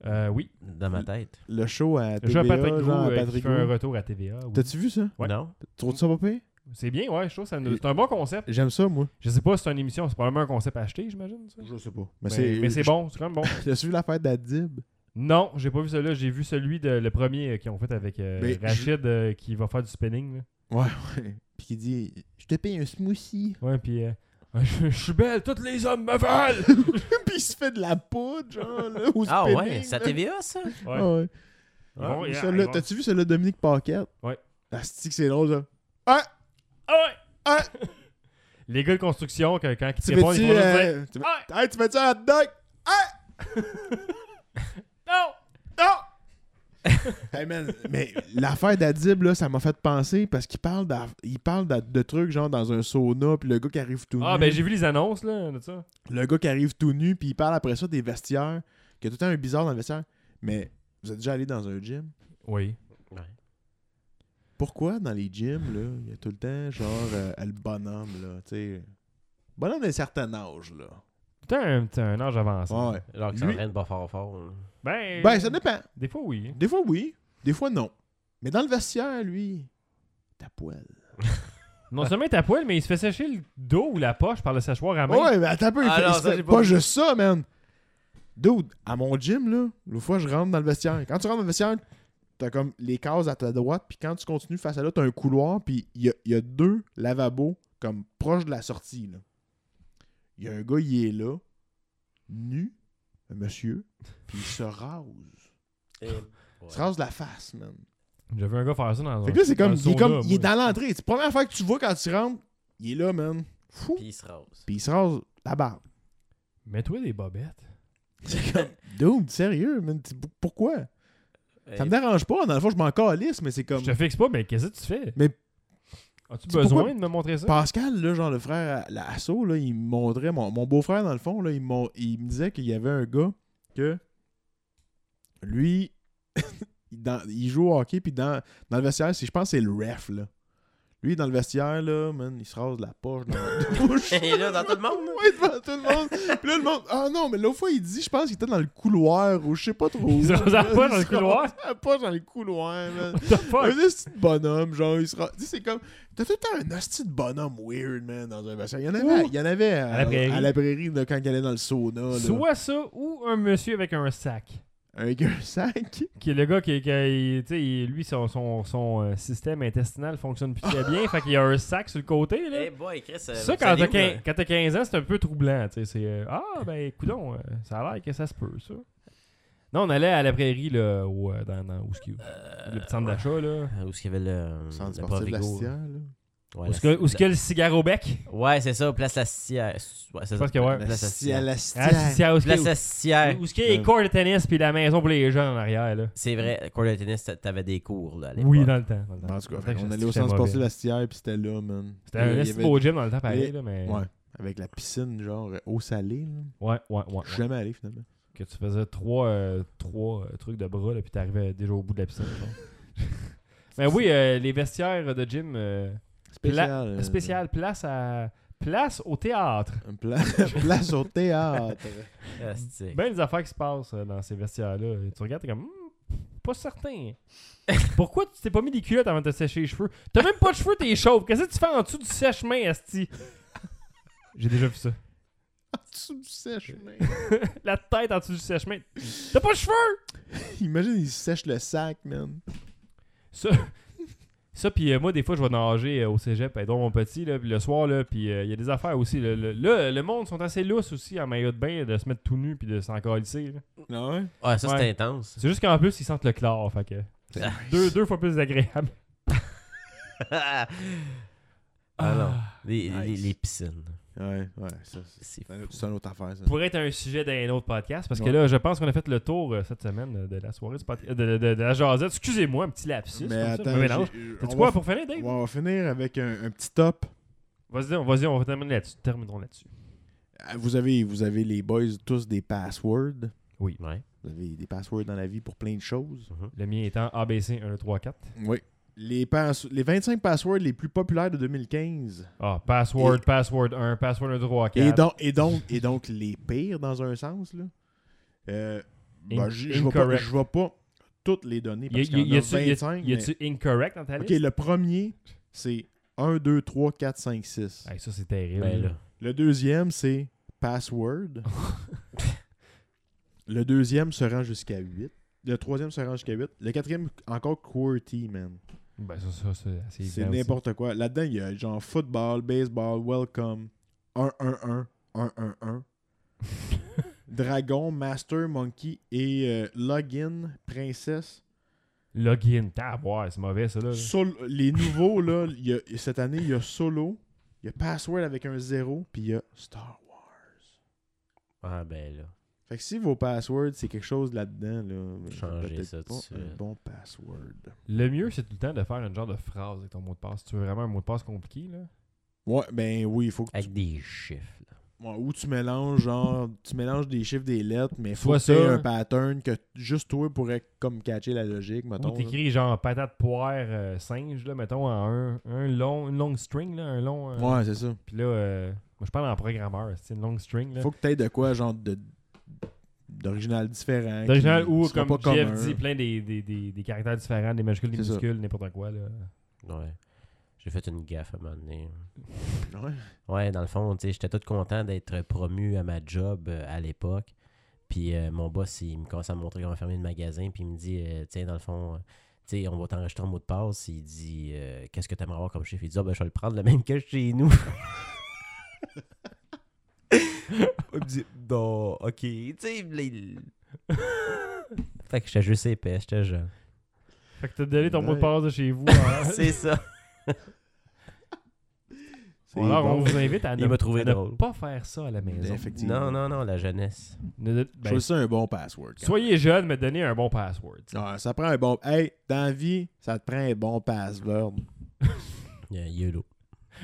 Euh, oui.
Dans ma tête.
Le show à TVA,
Jean-Patrick Roux
genre, à
euh, qui
Patrick
fait un
Roux.
retour à TVA. oui.
T'as-tu vu ça?
Ouais.
Non
Trouves-tu ça pas pire?
C'est bien, ouais, je trouve que ça nous- c'est un bon concept.
J'aime ça, moi.
Je sais pas si c'est une émission, c'est probablement un concept acheté, j'imagine. ça.
Je sais pas. Mais,
Mais
c'est
Ben,
[laughs]
mais c'est
je-
bon, c'est quand même bon.
T'as-tu vu l'affaire d'Adib?
Non, j'ai pas vu celui-là. J'ai vu celui de le premier euh, qu'ils ont fait avec euh,
Mais
Rachid euh, qui va faire du spinning. là.
Ouais, ouais. Puis qui dit Je te paye un smoothie.
Ouais, puis euh, [laughs] je, je suis belle, tous les hommes me veulent.
[laughs] Puis il se fait de la poudre, genre, là, au
Ah
spinning,
ouais,
là.
ça TVA ça
Ouais. Ah,
Ah ouais.
Ils vont-
Ou
ils-
celui-là-
ils vont-
T'as-tu vu celui-là de Dominique Paquette?
Ouais.
Ah, c'est que c'est drôle, ça.
Ah ouais.
Ah!
[laughs] Les gars de construction, que- quand ils te
Tu
répondent, ils
mets-tu.
font juste dire
euh, tu mets-
Ah!
Hey, tu mets-tu un hot dog?
Non!
Hey man, mais l'affaire d'Adib, là, ça m'a fait penser parce qu'il parle, d'a- il parle d'a- de trucs genre dans un sauna, puis le gars qui arrive tout
Ah,
nu.
ben j'ai vu les annonces là, de ça.
Le gars qui arrive tout nu, puis il parle après ça des vestiaires, qu'il y a tout le temps un bizarre dans le vestiaire. Mais vous êtes déjà allé dans un gym?
Oui.
Pourquoi dans les gyms, là, il y a tout le temps genre euh, le bonhomme, là, tu sais. Bonhomme d'un certain âge, là.
T'as un, t'as un âge avancé.
Ouais.
Alors que ça
Lui-
s'entraîne pas fort fort. là.
Ben,
Ben, ça dépend.
des fois oui.
Des fois, oui. Des fois, non. Mais dans le vestiaire, lui, t'as poil.
Non seulement ta poêle, mais il se fait sécher le dos ou la poche par le séchoir à main.
Ouais, mais attends un peu, il
Ah
fait,
non,
il
ça,
fait
j'ai
pas,
pas vu.
juste ça, man. Dude, à mon gym, là, l'autre fois, je rentre dans le vestiaire. Quand tu rentres dans le vestiaire, t'as comme les cases à ta droite, puis quand tu continues face à là, t'as un couloir, puis il y a, il y a deux lavabos, comme proche de la sortie, là. Il y a un gars, il est là, nu, un monsieur, puis il se rase. Il se rase la face, man.
J'ai vu un gars faire ça dans
Fait
un-
que là, c'est
dans
comme,
le
il est, comme,
sauna,
il est
moi.
dans l'entrée. C'est la première fois que tu vois quand tu rentres, il est là, man. Fou.
Puis il se rase.
Puis il se rase la barbe.
Mets-toi des bobettes.
C'est comme, dude, sérieux, man, tu- pourquoi?
[laughs]
Ça me dérange pas, dans le fond, je m'en calisse, mais c'est comme.
Ben, Je te fixe pas, mais qu'est-ce que tu fais?
Mais-
As-tu
C'est
besoin
pourquoi-
de me montrer ça?
Pascal, là, genre le frère à l'assaut, là, il me montrait, mon, mon beau-frère, dans le fond, là, il, m'ont- il me disait qu'il y avait un gars que lui, [laughs] il dans- il joue au hockey, puis dans, dans le vestiaire, c'est- je pense que c'est le ref, là. Lui, dans le vestiaire, là, man, il se rase la poche dans la [laughs] douche.
Il est là dans tout
[laughs]
le monde. là.
Ouais, devant tout le monde. Puis là, le monde. Ah non, mais l'autre fois, il dit, je pense qu'il était dans le couloir ou je sais pas trop.
Il se
où,
rasait la
là.
poche dans
Il
le
se
couloir?
rasait la poche dans le couloir, man.
What the
[laughs]
fuck?
Un esti de bonhomme, genre, il se ra- Tu sais, c'est comme. T'as tout le temps un hostie de bonhomme weird, man, dans un bassin. Il y en avait,
Ouh.
il y en avait à,
À la prairie.
à la prairie, là, quand il allait dans le sauna. là.
Soit ça ou un monsieur avec un sac.
Avec un sac.
Qui est le gars qui, qui- il- tu sais, il- lui, son, son, son, euh, système intestinal fonctionne plus très
[laughs]
bien. fait qu'il y a un sac sur le côté. Là.
Eh boy, Chris. euh,
ça,
vous
quand
allez
t'as
où, là?
quin- quand t'as 15 ans, c'est un peu troublant. tu sais, C'est euh, Ah, ben, coudon, euh, ça a l'air que ça se peut, ça. Non, on allait à la prairie, là, au, euh, dans, dans, où est-ce qu'il- le petit centre d'achat, là.
Euh, Où est-ce qu'il y avait le.
Centre
le
sportif de la
Provigo,
Citière, là.
là? Ouais,
Où est-ce
la-
que- où est-ce qu'il y a le cigare au bec?
Ouais, c'est ça, place la citière. Ouais, c'est ça.
pense que ouais.
Place la
Citière,
citière.
la
Ah, c'est-
Citière.
c'est- où est-ce
Place
qu'il y a-
la citière.
où est-ce qu'il y a
Euh,
les cours de tennis puis la maison pour les gens en arrière, là?
C'est vrai, cours de tennis, t'a- t'avais des cours là. à l'époque.
Oui, dans le temps. dans le temps.
En tout cas,
Dans le temps
on
que
allait au
j'étais
centre sportif
mauvais.
de la Citière, puis c'était là, man.
C'était un
Il y
esti
avait-
beau gym dans le temps, pareil,
Il-
là, mais...
Ouais. Avec la piscine, genre, eau salée, là.
Ouais, ouais, ouais.
Je suis jamais allé, finalement.
Que tu faisais trois, euh, trois euh, trucs de bras, là, puis t'arrivais déjà au bout de la piscine.
[laughs]
genre. Mais oui, euh, les vestiaires de gym, euh,
Spécial. euh,
spécial, place à... Place au théâtre.
Un pla- [laughs] place au théâtre.
[laughs]
Ah, c'est-
Ben, les affaires qui se passent euh, dans ces vestiaires-là. Tu regardes, t'es comme... Hmm, Pas certain. [laughs] Pourquoi tu t'es pas mis des culottes avant de te sécher les cheveux? T'as même pas de cheveux, t'es chauve. Qu'est-ce que tu fais en dessous du sèche-main, Asti? J'ai déjà vu ça.
Ah, Tu me sèches, man.
La tête en dessous du sèche-main. T'as pas de cheveux!
[laughs] Imagine, il sèche le sac, man.
Ça, ça puis euh, moi, des fois, je vais nager euh, au cégep, être dans mon petit, là, puis le soir, là, puis euh, il y a des affaires aussi. Là, le, là, le monde sont assez lousses aussi en maillot de bain, de se mettre tout nu, puis de s'en câlisser, là.
Non, Ah ouais?
Ouais, ça,
Ouais.
c'est intense.
C'est juste qu'en plus, ils sentent le chlore, fait que.
Ah,
Deux, deux fois plus agréable.
ah non. Les, les- les piscines.
Ouais, ouais. Ça, c'est-
C'est
Ben, c'est un autre- c'est une autre affaire, ça.
Pourrait être un sujet d'un autre podcast, parce que
Ouais.
là, je pense qu'on a fait le tour euh, cette semaine euh, de la soirée du podcast- euh, de, de- de la jasette. Excusez-moi, un petit lapsus.
Mais
comme ça,
attends,
un mélange.
j'ai-
T'as-tu
on
quoi
va-
pour finir, Dave?
ouais, on va finir avec un, un petit top.
Vas-y, on, vas-y, on va terminer là-dessus. Terminons là-dessus.
Ah, Vous avez, vous avez les boys tous des passwords.
Oui.
Ouais.
Vous avez des passwords dans la vie pour plein de choses.
Le mien étant ABC 1, 3, 4.
Oui. Les, pass- les 25 passwords les plus populaires de 2015.
Ah, password,
Et-
password 1, password 1, 2, 3, 4.
Et donc, et, donc, et donc, les pires dans un sens, là. Euh, ben,
In-
j- je ne vais pas,
incorrect.
je vais pas toutes les données
y a,
parce qu'il y, en a 25.
y
mais-
a-tu incorrect dans ta
OK,
liste?
le premier, c'est 1, 2, 3, 4, 5, 6.
Hey, ça, c'est terrible.
Ben là.
Le deuxième, c'est
[laughs]
password. le deuxième se rend jusqu'à 8. Le troisième se rend jusqu'à 8. Le quatrième, encore QWERTY, man.
Ben, ça, ça, c'est assez
C'est
évident aussi.
n'importe quoi. Là-dedans, il y a genre football, baseball, welcome, 1-1-1,
[laughs]
1-1-1, dragon, master, monkey et euh, login, princesse.
Login, taboire, c'est mauvais,
Euh.
ça, là.
Sol- les nouveaux, là, il y a- cette année, il y a solo, il y a password avec un zéro, puis il y a Star Wars.
Ah ben là.
Fait que si vos passwords, c'est quelque chose là-dedans, là,
Changez
peut-être
ça tout
pas
de suite.
un bon password.
Le mieux, c'est tout le temps de faire une genre de phrase avec ton mot de passe. Tu veux vraiment un mot de passe compliqué, là?
Ouais, ben oui, il faut que tu...
Avec des chiffres. là.
Ouais, ou tu mélanges genre tu mélanges des chiffres des lettres mais faut
Soit
que t'aies
ça.
un pattern que t- juste toi pourrais comme catcher la logique mettons.
Ou
là.
t'écris genre patate poire euh, singe, là, mettons, en un, un long, une longue string, là, un long... euh,
Ouais, c'est ça.
Puis là, euh, moi, je parle en programmeur, c'est une longue string, là.
Faut que t'aies de quoi genre de d'original différent.
D'original
qui
ou,
sera
comme
pas
Jeff
commun.
dit, plein des, des, des, des caractères différents, des majuscules, des
C'est ça.
minuscules, n'importe quoi, là.
Ouais. J'ai fait une gaffe à un moment donné.
Ouais.
Ouais, dans le fond, tu sais, j'étais tout content d'être promu à ma job euh, à l'époque. Puis euh, mon boss, il me commence à me montrer comment fermer le magasin. Puis il me dit, euh, tiens, dans le fond, euh, tu sais, on va t'enregistrer un mot de passe. Il dit, euh, qu'est-ce que t'aimerais avoir comme chiffre? Il dit, ah ben, je vais le prendre le même que chez nous. [laughs] il me dit, non, ok. Tu sais, là, il- fait que j'étais juste épais, j'étais jeune.
Fait que t'as donné ton mot de
Ouais.
passe de chez
[laughs]
vous. hein.
Ah, C'est ça.
C'est
[laughs] Alors,
bon.
on vous invite à
Il
ne,
m'a trouvé
à ne
drôle.
pas faire ça à la maison.
Effectivement.
Non, non, non, la jeunesse.
Ne-
Je
ben,
trouve ça un bon password. quand
[laughs] soyez jeune, mais donnez un bon password.
même. Ouais, ça prend un bon hey, dans la vie, ça te prend un bon password.
Il y a- il y a l'eau.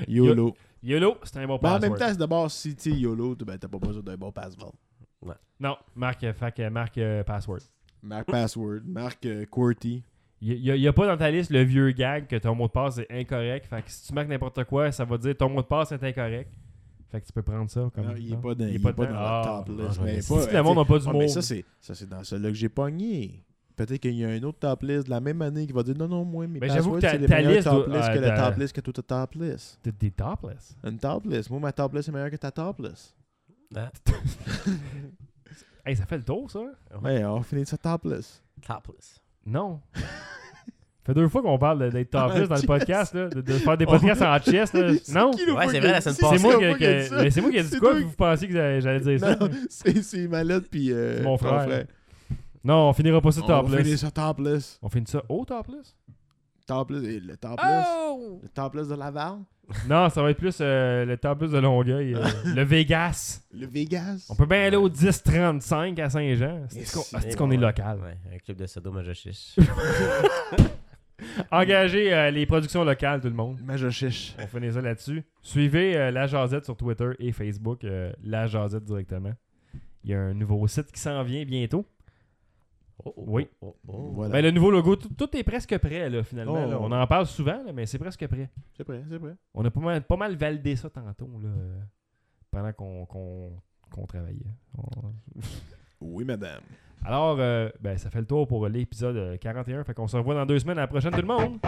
YOLO.
YOLO, c'est un bon
Ben, en
password.
même temps, c'est d'abord si tu YOLO, t- ben, t'as pas besoin d'un bon password.
Non, Marc, euh, fait que Marc euh, Password. [laughs]
Marque password, marque euh, QWERTY.
Il n'y a, pas dans ta liste le vieux gag que ton mot de passe est incorrect. Fait que si tu marques n'importe quoi, ça va dire ton mot de passe est incorrect. Fait que tu peux prendre ça comme.
Non, il est
non?
pas dans,
Il est
il est
pas
pas
dedans.
dans la
Ah,
top
non,
list.
je vais
Mais
laisser.
pas,
Si le monde n'a pas du
Ah,
mot.
mais ça, c'est, ça, c'est dans celui-là que j'ai pogné. Peut-être qu'il y a un autre top list de la même année qui va dire non, non, moi, mes
Mais
passwords,
j'avoue que ta-
c'est les
ta
meilleurs
liste
top
doit-
list
ah,
que la
ta-
top list que toi, ta top list.
T'es t'es topless.
Une top list. Moi, ma top list est meilleure que ta top list.
Ah,
Hey, ça fait le tour, ça?
Ouais, on va finir sa top list.
topless.
Non. [laughs] fait deux fois qu'on parle de- d'être topless
En
dans le
chest.
podcast, là, de,
[laughs]
de faire des podcasts en chest. là. Non?
qui le
Ouais,
fois
c'est
que-
vrai, la semaine
c'est-
C'est
passée.
qui
moi
le
qui-
fois
qui-
qui a dit ça?
mais c'est moi qui ai dit
C'est
quoi,
toi
puis vous pensiez que j'allais j'allais dire ça?
Non, c'est, c'est Malette puis euh,
Mon
ton
frère. Non, on finira pas ça
On va finir
topless.
sa top list.
On finit ça au topless?
Top list, et le top list.
Oh!
Le top list de Laval.
Non, ça va être plus euh, le topless de
[laughs]
Longueuil. euh, le Vegas.
Le Vegas.
On peut bien aller au 10-35 à Saint-Jean.
Yes.
C'est qu'on c'est qu'on est
Ouais,
local.
Ouais, un club
[laughs]
de Oh, sadomasochistes.
Engagez euh, les productions locales, tout le monde.
Majochiche.
On finit ça là-dessus. Suivez euh, La Jazette sur Twitter et Facebook. euh, la Jazette directement. Il y a un nouveau site qui s'en vient bientôt.
Oh, oh,
Oui.
oh, oh.
Voilà.
Ben, le nouveau logo, tout, tout est presque prêt, là, finalement.
Oh.
là. On en parle souvent, là, mais c'est presque prêt.
C'est prêt, c'est prêt.
On a pas mal, pas mal validé ça tantôt, là, euh, pendant qu'on qu'on- qu'on travaillait. On-
Oui, madame.
Alors, euh, ben, ça fait le tour pour l'épisode euh, 41. Fait qu'on se revoit dans deux semaines à la prochaine, tout le monde!